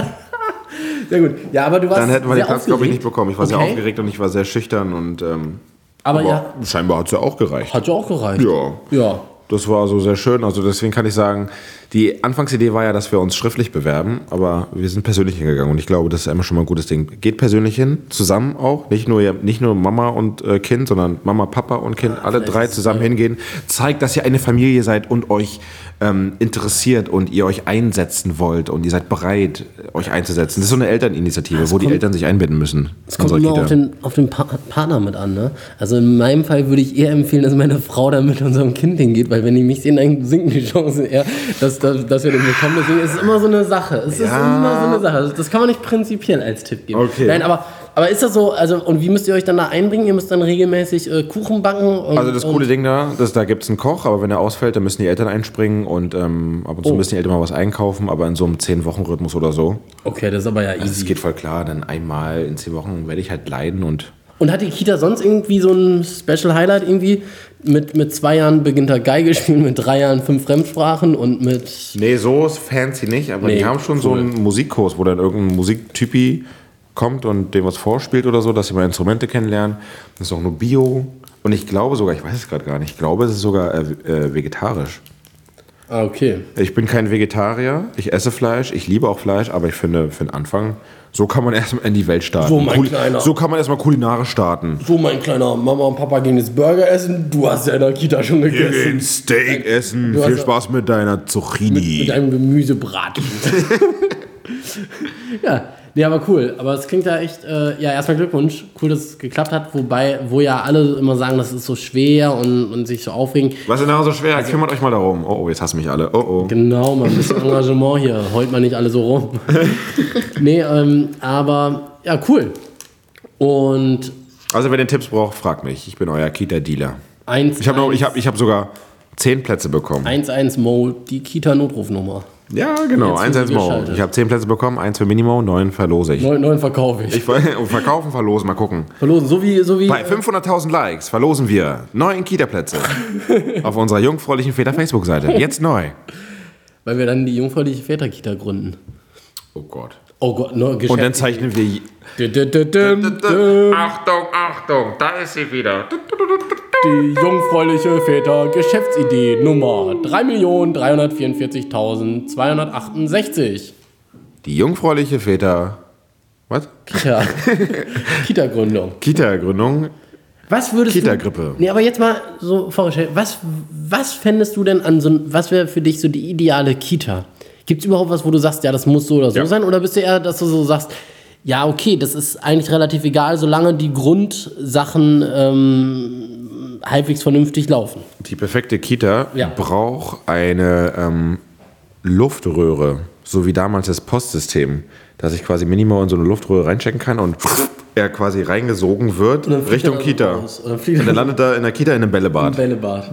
[SPEAKER 2] Sehr gut. Ja, aber du warst
[SPEAKER 1] Dann hätten wir
[SPEAKER 2] sehr
[SPEAKER 1] den Platz, glaube ich,
[SPEAKER 2] aufgeregt.
[SPEAKER 1] nicht bekommen. Ich war sehr
[SPEAKER 2] Okay.
[SPEAKER 1] aufgeregt und ich war sehr schüchtern und ähm,
[SPEAKER 2] Aber ja,
[SPEAKER 1] scheinbar hat es ja auch gereicht.
[SPEAKER 2] hat ja auch gereicht.
[SPEAKER 1] Ja.
[SPEAKER 2] Ja.
[SPEAKER 1] Das war so sehr schön. Also deswegen kann ich sagen, die Anfangsidee war ja, dass wir uns schriftlich bewerben, aber wir sind persönlich hingegangen und ich glaube, das ist immer schon mal ein gutes Ding. Geht persönlich hin, zusammen auch, nicht nur, nicht nur Mama und äh, Kind, sondern Mama, Papa und Kind, alle drei zusammen hingehen. Zeigt, dass ihr eine Familie seid und euch ähm, interessiert und ihr euch einsetzen wollt und ihr seid bereit, euch einzusetzen. Das ist so eine Elterninitiative, wo die Eltern sich einbinden müssen.
[SPEAKER 2] Ah, Es kommt immer auf den, auf den pa Partner mit an, ne? Also in meinem Fall würde ich eher empfehlen, dass meine Frau da mit unserem Kind hingeht, weil wenn die mich sehen, dann sinken die Chancen eher, dass, dass, dass wir den bekommen. Deswegen ist es immer so eine Sache. Es ist
[SPEAKER 1] Ja.
[SPEAKER 2] immer so eine Sache. Also Das kann man nicht prinzipiell als Tipp geben.
[SPEAKER 1] Okay.
[SPEAKER 2] Nein, aber, aber ist das so, also und wie müsst ihr euch dann da einbringen? Ihr müsst dann regelmäßig äh, Kuchen backen und,
[SPEAKER 1] Also das
[SPEAKER 2] und
[SPEAKER 1] coole Ding da, dass da gibt es einen Koch, aber wenn er ausfällt, dann müssen die Eltern einspringen und ähm, ab und
[SPEAKER 2] Oh.
[SPEAKER 1] zu müssen die Eltern mal was einkaufen, aber in so einem 10-Wochen-Rhythmus oder so.
[SPEAKER 2] Okay, das ist aber ja
[SPEAKER 1] Das
[SPEAKER 2] easy.
[SPEAKER 1] Also geht voll klar, dann einmal in 10 Wochen werde ich halt leiden und
[SPEAKER 2] Und hat die Kita sonst irgendwie so ein Special Highlight irgendwie? Mit, mit zwei Jahren beginnt er Geige spielen, mit drei Jahren fünf Fremdsprachen und mit
[SPEAKER 1] Nee, so ist fancy nicht, aber
[SPEAKER 2] Nee,
[SPEAKER 1] die haben schon so
[SPEAKER 2] cool.
[SPEAKER 1] einen Musikkurs, wo dann irgendein Musiktypi kommt und dem was vorspielt oder so, dass sie mal Instrumente kennenlernen. Das ist auch nur Bio. Und ich glaube sogar, ich weiß es gerade gar nicht, ich glaube, es ist sogar äh, äh, vegetarisch.
[SPEAKER 2] Ah, okay.
[SPEAKER 1] Ich bin kein Vegetarier, ich esse Fleisch, ich liebe auch Fleisch, aber ich finde für den Anfang, so kann man erstmal in die Welt starten.
[SPEAKER 2] So, mein Kleiner.
[SPEAKER 1] so kann man erstmal kulinarisch starten.
[SPEAKER 2] So, mein kleiner Mama und Papa gehen jetzt Burger essen. Du hast ja in der Kita schon gegessen.
[SPEAKER 1] Steak essen,
[SPEAKER 2] Du hast
[SPEAKER 1] viel
[SPEAKER 2] ja-
[SPEAKER 1] Spaß mit deiner Zucchini.
[SPEAKER 2] Mit einem Gemüsebraten. ja, nee, aber cool. Aber es klingt ja echt, äh, ja, erstmal Glückwunsch. Cool, dass es geklappt hat. Wobei, wo ja alle immer sagen, das ist so schwer und, und sich so aufregen.
[SPEAKER 1] was ist denn da so schwer? Kümmert euch mal darum. Oh, oh, jetzt hassen mich alle. Oh, oh.
[SPEAKER 2] Also- Genau, mal ein bisschen Engagement hier. Heult man nicht alle so rum. nee, ähm, aber ja, cool. Und
[SPEAKER 1] Also, wenn ihr Tipps braucht, fragt mich. Ich bin euer Kita-Dealer.
[SPEAKER 2] eins,
[SPEAKER 1] Ich habe noch- ich hab, ich hab sogar zehn Plätze bekommen.
[SPEAKER 2] 11 Mo, die Kita-Notrufnummer.
[SPEAKER 1] Ja, genau.
[SPEAKER 2] Jetzt
[SPEAKER 1] Eins,
[SPEAKER 2] sind
[SPEAKER 1] eins
[SPEAKER 2] sie
[SPEAKER 1] Mau.
[SPEAKER 2] geschaltet.
[SPEAKER 1] Ich habe zehn Plätze bekommen, eins für Minimo, neun verlose ich.
[SPEAKER 2] Neun, neun verkaufe ich.
[SPEAKER 1] Ich ver- verkaufen, verlosen, mal gucken.
[SPEAKER 2] Verlosen, so wie, so wie
[SPEAKER 1] Bei 500.000 Likes verlosen wir neun Kita-Plätze auf unserer jungfräulichen Väter-Facebook-Seite. Jetzt neu.
[SPEAKER 2] Weil wir dann die jungfräuliche Väterkita gründen.
[SPEAKER 1] Oh Gott.
[SPEAKER 2] Oh Gott, ne,
[SPEAKER 1] Und dann zeichnen wir.
[SPEAKER 2] Dü- dü- dü- düm, düm.
[SPEAKER 1] Achtung, Achtung, da ist sie wieder.
[SPEAKER 2] Die jungfräuliche Väter Geschäftsidee Nummer 3.344.268.
[SPEAKER 1] Die jungfräuliche Väter. Was?
[SPEAKER 2] Kita. Kita-Gründung.
[SPEAKER 1] Kita-Gründung.
[SPEAKER 2] Was würdest
[SPEAKER 1] Kita-Grippe.
[SPEAKER 2] du... Nee, aber jetzt mal so vorgestellt. Was, was fändest du denn an so... ein- Was wäre für dich so die ideale Kita? Gibt es überhaupt was, wo du sagst, ja, das muss so oder so
[SPEAKER 1] Ja.
[SPEAKER 2] sein? Oder bist du eher, dass du so sagst, ja, okay, das ist eigentlich relativ egal, solange die Grundsachen ähm, halbwegs vernünftig laufen?
[SPEAKER 1] Die perfekte Kita
[SPEAKER 2] Ja.
[SPEAKER 1] braucht eine ähm, Luftröhre, so wie damals das Postsystem, dass ich quasi minimal in so eine Luftröhre reinchecken kann und er quasi reingesogen wird
[SPEAKER 2] dann fliegt
[SPEAKER 1] Richtung
[SPEAKER 2] er da
[SPEAKER 1] Kita.
[SPEAKER 2] raus. Und dann fliegt er
[SPEAKER 1] und dann
[SPEAKER 2] da-
[SPEAKER 1] landet er in der Kita in einem Bällebad.
[SPEAKER 2] Bällebad.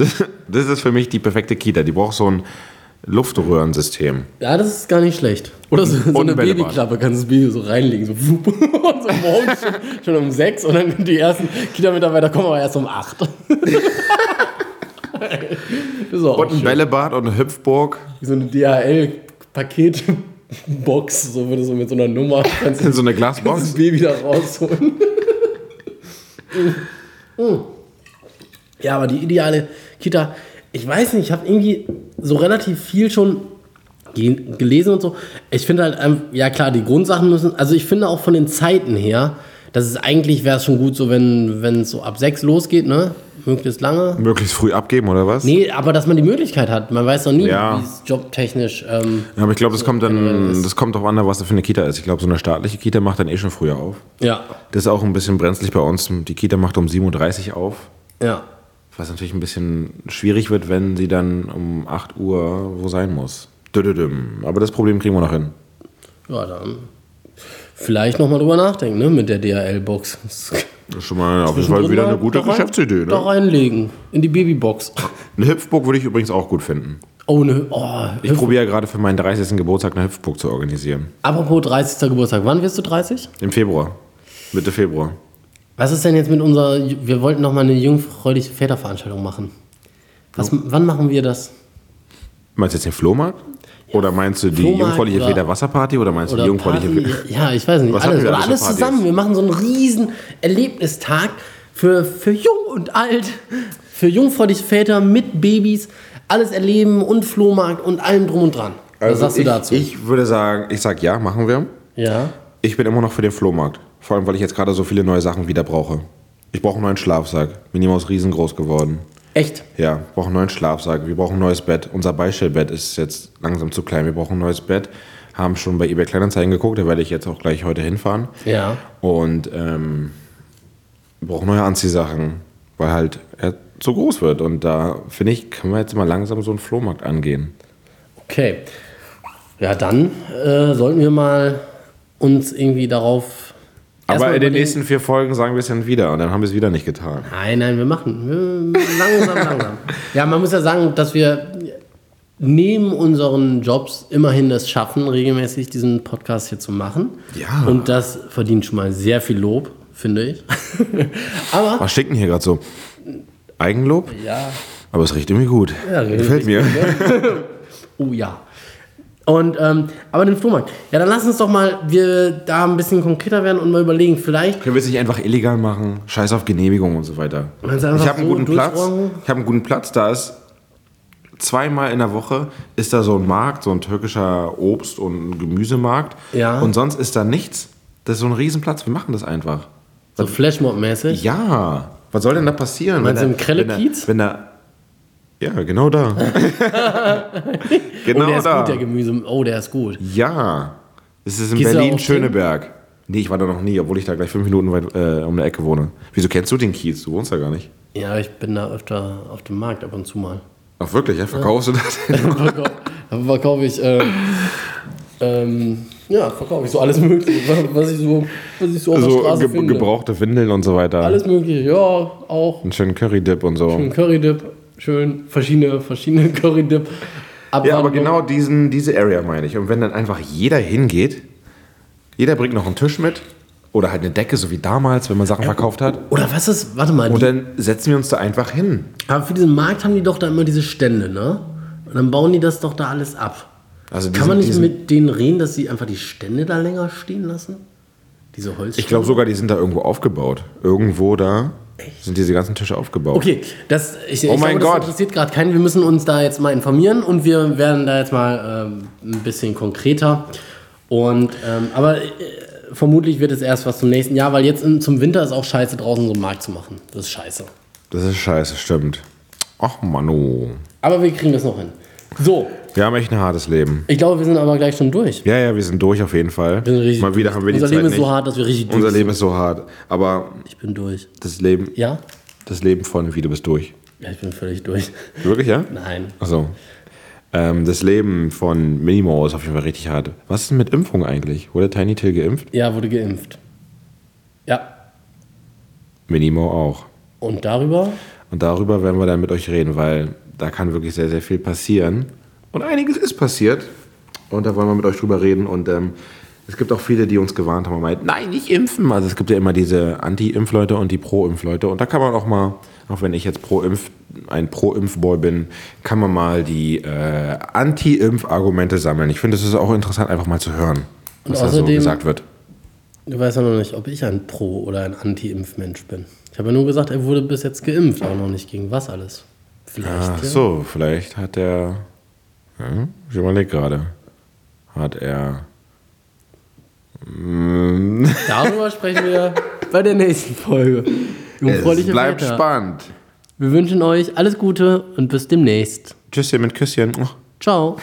[SPEAKER 1] Das ist für mich die perfekte Kita. Die braucht so ein Luftröhrensystem.
[SPEAKER 2] Ja, das ist gar nicht schlecht. Oder so,
[SPEAKER 1] und
[SPEAKER 2] so eine
[SPEAKER 1] ein Bällebad.
[SPEAKER 2] Babyklappe kannst du das Baby so reinlegen, so wupp. Und so morgens schon, schon um sechs und dann die ersten Kita-Mitarbeiter kommen aber erst um acht. das ist auch
[SPEAKER 1] Und ein
[SPEAKER 2] schön.
[SPEAKER 1] Bällebad und eine Hüpfburg.
[SPEAKER 2] Wie so eine DHL-Paketbox, so würde so mit so einer Nummer kannst du
[SPEAKER 1] So eine
[SPEAKER 2] das
[SPEAKER 1] Glasbox.
[SPEAKER 2] Baby da rausholen. Mm. ja, aber die ideale Kita, ich weiß nicht, ich habe irgendwie so relativ viel schon ge- gelesen und so. Ich finde halt, ähm, ja klar, die Grundsachen müssen, also ich finde auch von den Zeiten her, dass es eigentlich wäre es schon gut so, wenn wenn es so ab sechs losgeht, ne? Möglichst lange.
[SPEAKER 1] Möglichst früh abgeben, oder was?
[SPEAKER 2] Nee, aber dass man die Möglichkeit hat. Man weiß noch nie,
[SPEAKER 1] Ja.
[SPEAKER 2] wie es jobtechnisch. Ähm,
[SPEAKER 1] Ja, aber ich glaube, das kommt dann, das kommt drauf an, was das für eine Kita ist. Ich glaube, so eine staatliche Kita macht dann eh schon früher auf.
[SPEAKER 2] ja,
[SPEAKER 1] Das ist auch ein bisschen brenzlig bei uns. Die Kita macht um 7.30 Uhr auf.
[SPEAKER 2] ja.
[SPEAKER 1] Was natürlich ein bisschen schwierig wird, wenn sie dann um 8 Uhr wo sein muss. Dödödüm. Aber das Problem kriegen wir noch hin.
[SPEAKER 2] Ja, dann vielleicht nochmal drüber nachdenken, ne, mit der DHL-Box. Das ist
[SPEAKER 1] Das ist schon mal auf jeden Fall wieder eine gute Geschäftsidee.
[SPEAKER 2] Da
[SPEAKER 1] Ne?
[SPEAKER 2] reinlegen, in die Babybox.
[SPEAKER 1] Eine Hüpfburg würde ich übrigens auch gut finden.
[SPEAKER 2] Ohne, oh,
[SPEAKER 1] Ich probiere ja gerade für meinen 30. Geburtstag eine Hüpfburg zu organisieren.
[SPEAKER 2] apropos 30. Geburtstag, wann wirst du 30?
[SPEAKER 1] Im Februar. Mitte Februar.
[SPEAKER 2] Was ist denn jetzt mit unserer, wir wollten nochmal eine jungfräuliche Väterveranstaltung machen. Was, wann machen wir das?
[SPEAKER 1] Meinst du jetzt den Flohmarkt? Oder meinst du die
[SPEAKER 2] Flohmarkt
[SPEAKER 1] jungfräuliche
[SPEAKER 2] oder-
[SPEAKER 1] Väter Wasserparty? Oder meinst du die jungfräuliche
[SPEAKER 2] Party,
[SPEAKER 1] Väter?
[SPEAKER 2] ja, ich weiß nicht,
[SPEAKER 1] Was
[SPEAKER 2] alles,
[SPEAKER 1] hatten wir
[SPEAKER 2] oder
[SPEAKER 1] alles für
[SPEAKER 2] alles
[SPEAKER 1] Partys?
[SPEAKER 2] zusammen. Wir machen so einen riesen Erlebnistag für, für jung und alt, für jungfräuliche Väter mit Babys, alles erleben und Flohmarkt und allem drum und dran. Was sagst
[SPEAKER 1] Also ich,
[SPEAKER 2] du dazu?
[SPEAKER 1] Ich würde sagen, ich sag ja, machen wir.
[SPEAKER 2] ja.
[SPEAKER 1] Ich bin immer noch für den Flohmarkt. Vor allem, weil ich jetzt gerade so viele neue Sachen wieder brauche. Ich brauche einen neuen Schlafsack. Minima ist riesengroß geworden.
[SPEAKER 2] Echt?
[SPEAKER 1] Ja, wir brauchen einen neuen Schlafsack. Wir brauchen ein neues Bett. Unser Beistellbett ist jetzt langsam zu klein. Wir brauchen ein neues Bett. Haben schon bei eBay Kleinanzeigen geguckt. Da werde ich jetzt auch gleich heute hinfahren.
[SPEAKER 2] Ja.
[SPEAKER 1] Und ähm, wir brauchen neue Anziehsachen, weil halt er zu groß wird. Und da finde ich, können wir jetzt mal langsam so einen Flohmarkt angehen.
[SPEAKER 2] Okay. Ja, dann äh, sollten wir mal uns irgendwie darauf.
[SPEAKER 1] Aber
[SPEAKER 2] erstmal
[SPEAKER 1] in den
[SPEAKER 2] überlegen-
[SPEAKER 1] nächsten vier Folgen sagen wir es dann wieder. Und dann haben wir es wieder nicht getan.
[SPEAKER 2] Nein, nein, wir machen. Wir- Langsam, langsam. Ja, man muss ja sagen, dass wir neben unseren Jobs immerhin das schaffen, regelmäßig diesen Podcast hier zu machen.
[SPEAKER 1] Ja.
[SPEAKER 2] Und das verdient schon mal sehr viel Lob, finde ich. Aber.
[SPEAKER 1] Was stinkt denn hier gerade so? Eigenlob?
[SPEAKER 2] Ja.
[SPEAKER 1] Aber es riecht irgendwie gut.
[SPEAKER 2] Ja, riecht
[SPEAKER 1] Gefällt mir.
[SPEAKER 2] Oh ja. Und, ähm, aber den Flohmarkt. Ja, dann lass uns doch mal wir da ein bisschen konkreter werden und mal überlegen, vielleicht
[SPEAKER 1] Können wir es nicht einfach illegal machen? Scheiß auf Genehmigung und so weiter. Ich
[SPEAKER 2] Meinst du
[SPEAKER 1] habe
[SPEAKER 2] einfach
[SPEAKER 1] einen
[SPEAKER 2] so
[SPEAKER 1] guten Platz.
[SPEAKER 2] durchrocken?
[SPEAKER 1] Ich habe einen guten Platz. Da ist zweimal in der Woche ist da so ein Markt, so ein türkischer Obst- und Gemüsemarkt.
[SPEAKER 2] Ja.
[SPEAKER 1] Und sonst ist da nichts. Das ist so ein Riesenplatz. Wir machen das einfach.
[SPEAKER 2] so
[SPEAKER 1] Also,
[SPEAKER 2] Flashmob-mäßig.
[SPEAKER 1] Ja. Was soll denn da passieren?
[SPEAKER 2] Meinst
[SPEAKER 1] wenn
[SPEAKER 2] du
[SPEAKER 1] da-
[SPEAKER 2] im Krelle
[SPEAKER 1] wenn da-
[SPEAKER 2] Kiez?
[SPEAKER 1] Wenn da. Ja, genau da. genau
[SPEAKER 2] oh, der ist
[SPEAKER 1] da.
[SPEAKER 2] gut, der Gemüse. Oh, der ist gut.
[SPEAKER 1] Ja. Es ist in
[SPEAKER 2] Gehst du da auch
[SPEAKER 1] Berlin-Schöneberg. Nee, ich war da noch nie, obwohl ich da gleich fünf Minuten weit äh, um eine Ecke wohne. Wieso kennst du den Kiez? Du wohnst da gar nicht.
[SPEAKER 2] Ja, ich bin da öfter auf dem Markt ab und zu mal.
[SPEAKER 1] Ach wirklich, ja? Verkaufst du das?
[SPEAKER 2] Verkau- verkaufe ich, äh, ähm, ja, verkaufe ich so alles Mögliche, wa- was ich so, was ich so auf der
[SPEAKER 1] so
[SPEAKER 2] Straße
[SPEAKER 1] ge
[SPEAKER 2] finde.
[SPEAKER 1] gebrauchte Windeln und so weiter.
[SPEAKER 2] Alles Mögliche, ja, auch
[SPEAKER 1] Einen schönen Curry-Dip und so.
[SPEAKER 2] ein Curry-Dip, schön, verschiedene, verschiedene Curry-Dip.
[SPEAKER 1] Ja, aber genau diesen, diese Area meine ich. Und wenn dann einfach jeder hingeht, jeder bringt noch einen Tisch mit oder halt eine Decke, so wie damals, wenn man Sachen verkauft hat.
[SPEAKER 2] Oder was ist, warte mal,
[SPEAKER 1] Und
[SPEAKER 2] die,
[SPEAKER 1] dann setzen wir uns da einfach hin.
[SPEAKER 2] aber für diesen Markt haben die doch da immer diese Stände, ne? Und dann bauen die das doch da alles ab.
[SPEAKER 1] Also
[SPEAKER 2] Kann man
[SPEAKER 1] sind-
[SPEAKER 2] nicht
[SPEAKER 1] sind-
[SPEAKER 2] mit denen reden, dass sie einfach die Stände da länger stehen lassen? Diese Holzstände?
[SPEAKER 1] Ich glaube sogar, die sind da irgendwo aufgebaut. Irgendwo da sind diese ganzen Tische aufgebaut.
[SPEAKER 2] Okay, das, ich,
[SPEAKER 1] Oh
[SPEAKER 2] ich
[SPEAKER 1] mein
[SPEAKER 2] glaube,
[SPEAKER 1] Gott.
[SPEAKER 2] das interessiert gerade keinen. Wir müssen uns da jetzt mal informieren und wir werden da jetzt mal ähm, ein bisschen konkreter. Und, ähm, aber äh, vermutlich wird es erst was zum nächsten Jahr, weil jetzt im, zum Winter ist auch scheiße, draußen so einen Markt zu machen. Das ist scheiße.
[SPEAKER 1] Das ist scheiße, stimmt. Ach Manu.
[SPEAKER 2] Aber wir kriegen das noch hin. So,
[SPEAKER 1] Wir haben echt ein hartes Leben.
[SPEAKER 2] ich glaube, wir sind aber gleich schon durch.
[SPEAKER 1] Ja, ja, wir sind durch auf jeden Fall.
[SPEAKER 2] Wir sind richtig
[SPEAKER 1] Mal wieder
[SPEAKER 2] durch.
[SPEAKER 1] haben wir die
[SPEAKER 2] Unser
[SPEAKER 1] Zeit
[SPEAKER 2] Leben ist
[SPEAKER 1] nicht.
[SPEAKER 2] so hart, dass wir richtig durch
[SPEAKER 1] Unser
[SPEAKER 2] sind.
[SPEAKER 1] Leben ist so hart. Aber
[SPEAKER 2] Ich bin durch.
[SPEAKER 1] das Leben,
[SPEAKER 2] Ja?
[SPEAKER 1] das Leben von wie du bist durch.
[SPEAKER 2] Ja, ich bin völlig durch.
[SPEAKER 1] Wirklich, ja?
[SPEAKER 2] Nein.
[SPEAKER 1] Achso. Ähm, das Leben von Minimo ist auf jeden Fall richtig hart. Was ist denn mit Impfung eigentlich? Wurde Tiny Till geimpft?
[SPEAKER 2] Ja, wurde geimpft. Ja.
[SPEAKER 1] Minimo auch.
[SPEAKER 2] Und darüber?
[SPEAKER 1] Und darüber werden wir dann mit euch reden, weil da kann wirklich sehr, sehr viel passieren. Und einiges ist passiert. Und da wollen wir mit euch drüber reden. Und ähm, es gibt auch viele, die uns gewarnt haben und meinten, nein, nicht impfen. Also es gibt ja immer diese Anti-Impf-Leute und die Pro-Impf-Leute. Und da kann man auch mal, auch wenn ich jetzt Pro-Impf, ein Pro-Impf-Boy bin, kann man mal die äh, Anti-Impf-Argumente sammeln. Ich finde, es ist auch interessant, einfach mal zu hören, was da so
[SPEAKER 2] außerdem-
[SPEAKER 1] gesagt wird.
[SPEAKER 2] Du weißt ja noch nicht, ob ich ein Pro- oder ein Anti-Impf-Mensch bin. Ich habe ja nur gesagt, er wurde bis jetzt geimpft, aber noch nicht gegen was alles. Vielleicht.
[SPEAKER 1] Ach so, vielleicht hat er. Ja, ich überlege gerade. Hat er. Mm,
[SPEAKER 2] Darüber sprechen wir bei der nächsten Folge.
[SPEAKER 1] es
[SPEAKER 2] Jungfräuliche
[SPEAKER 1] bleibt
[SPEAKER 2] Väter.
[SPEAKER 1] spannend.
[SPEAKER 2] Wir wünschen euch alles Gute und bis demnächst.
[SPEAKER 1] Oh. Tschüsschen mit Küsschen.
[SPEAKER 2] Ciao.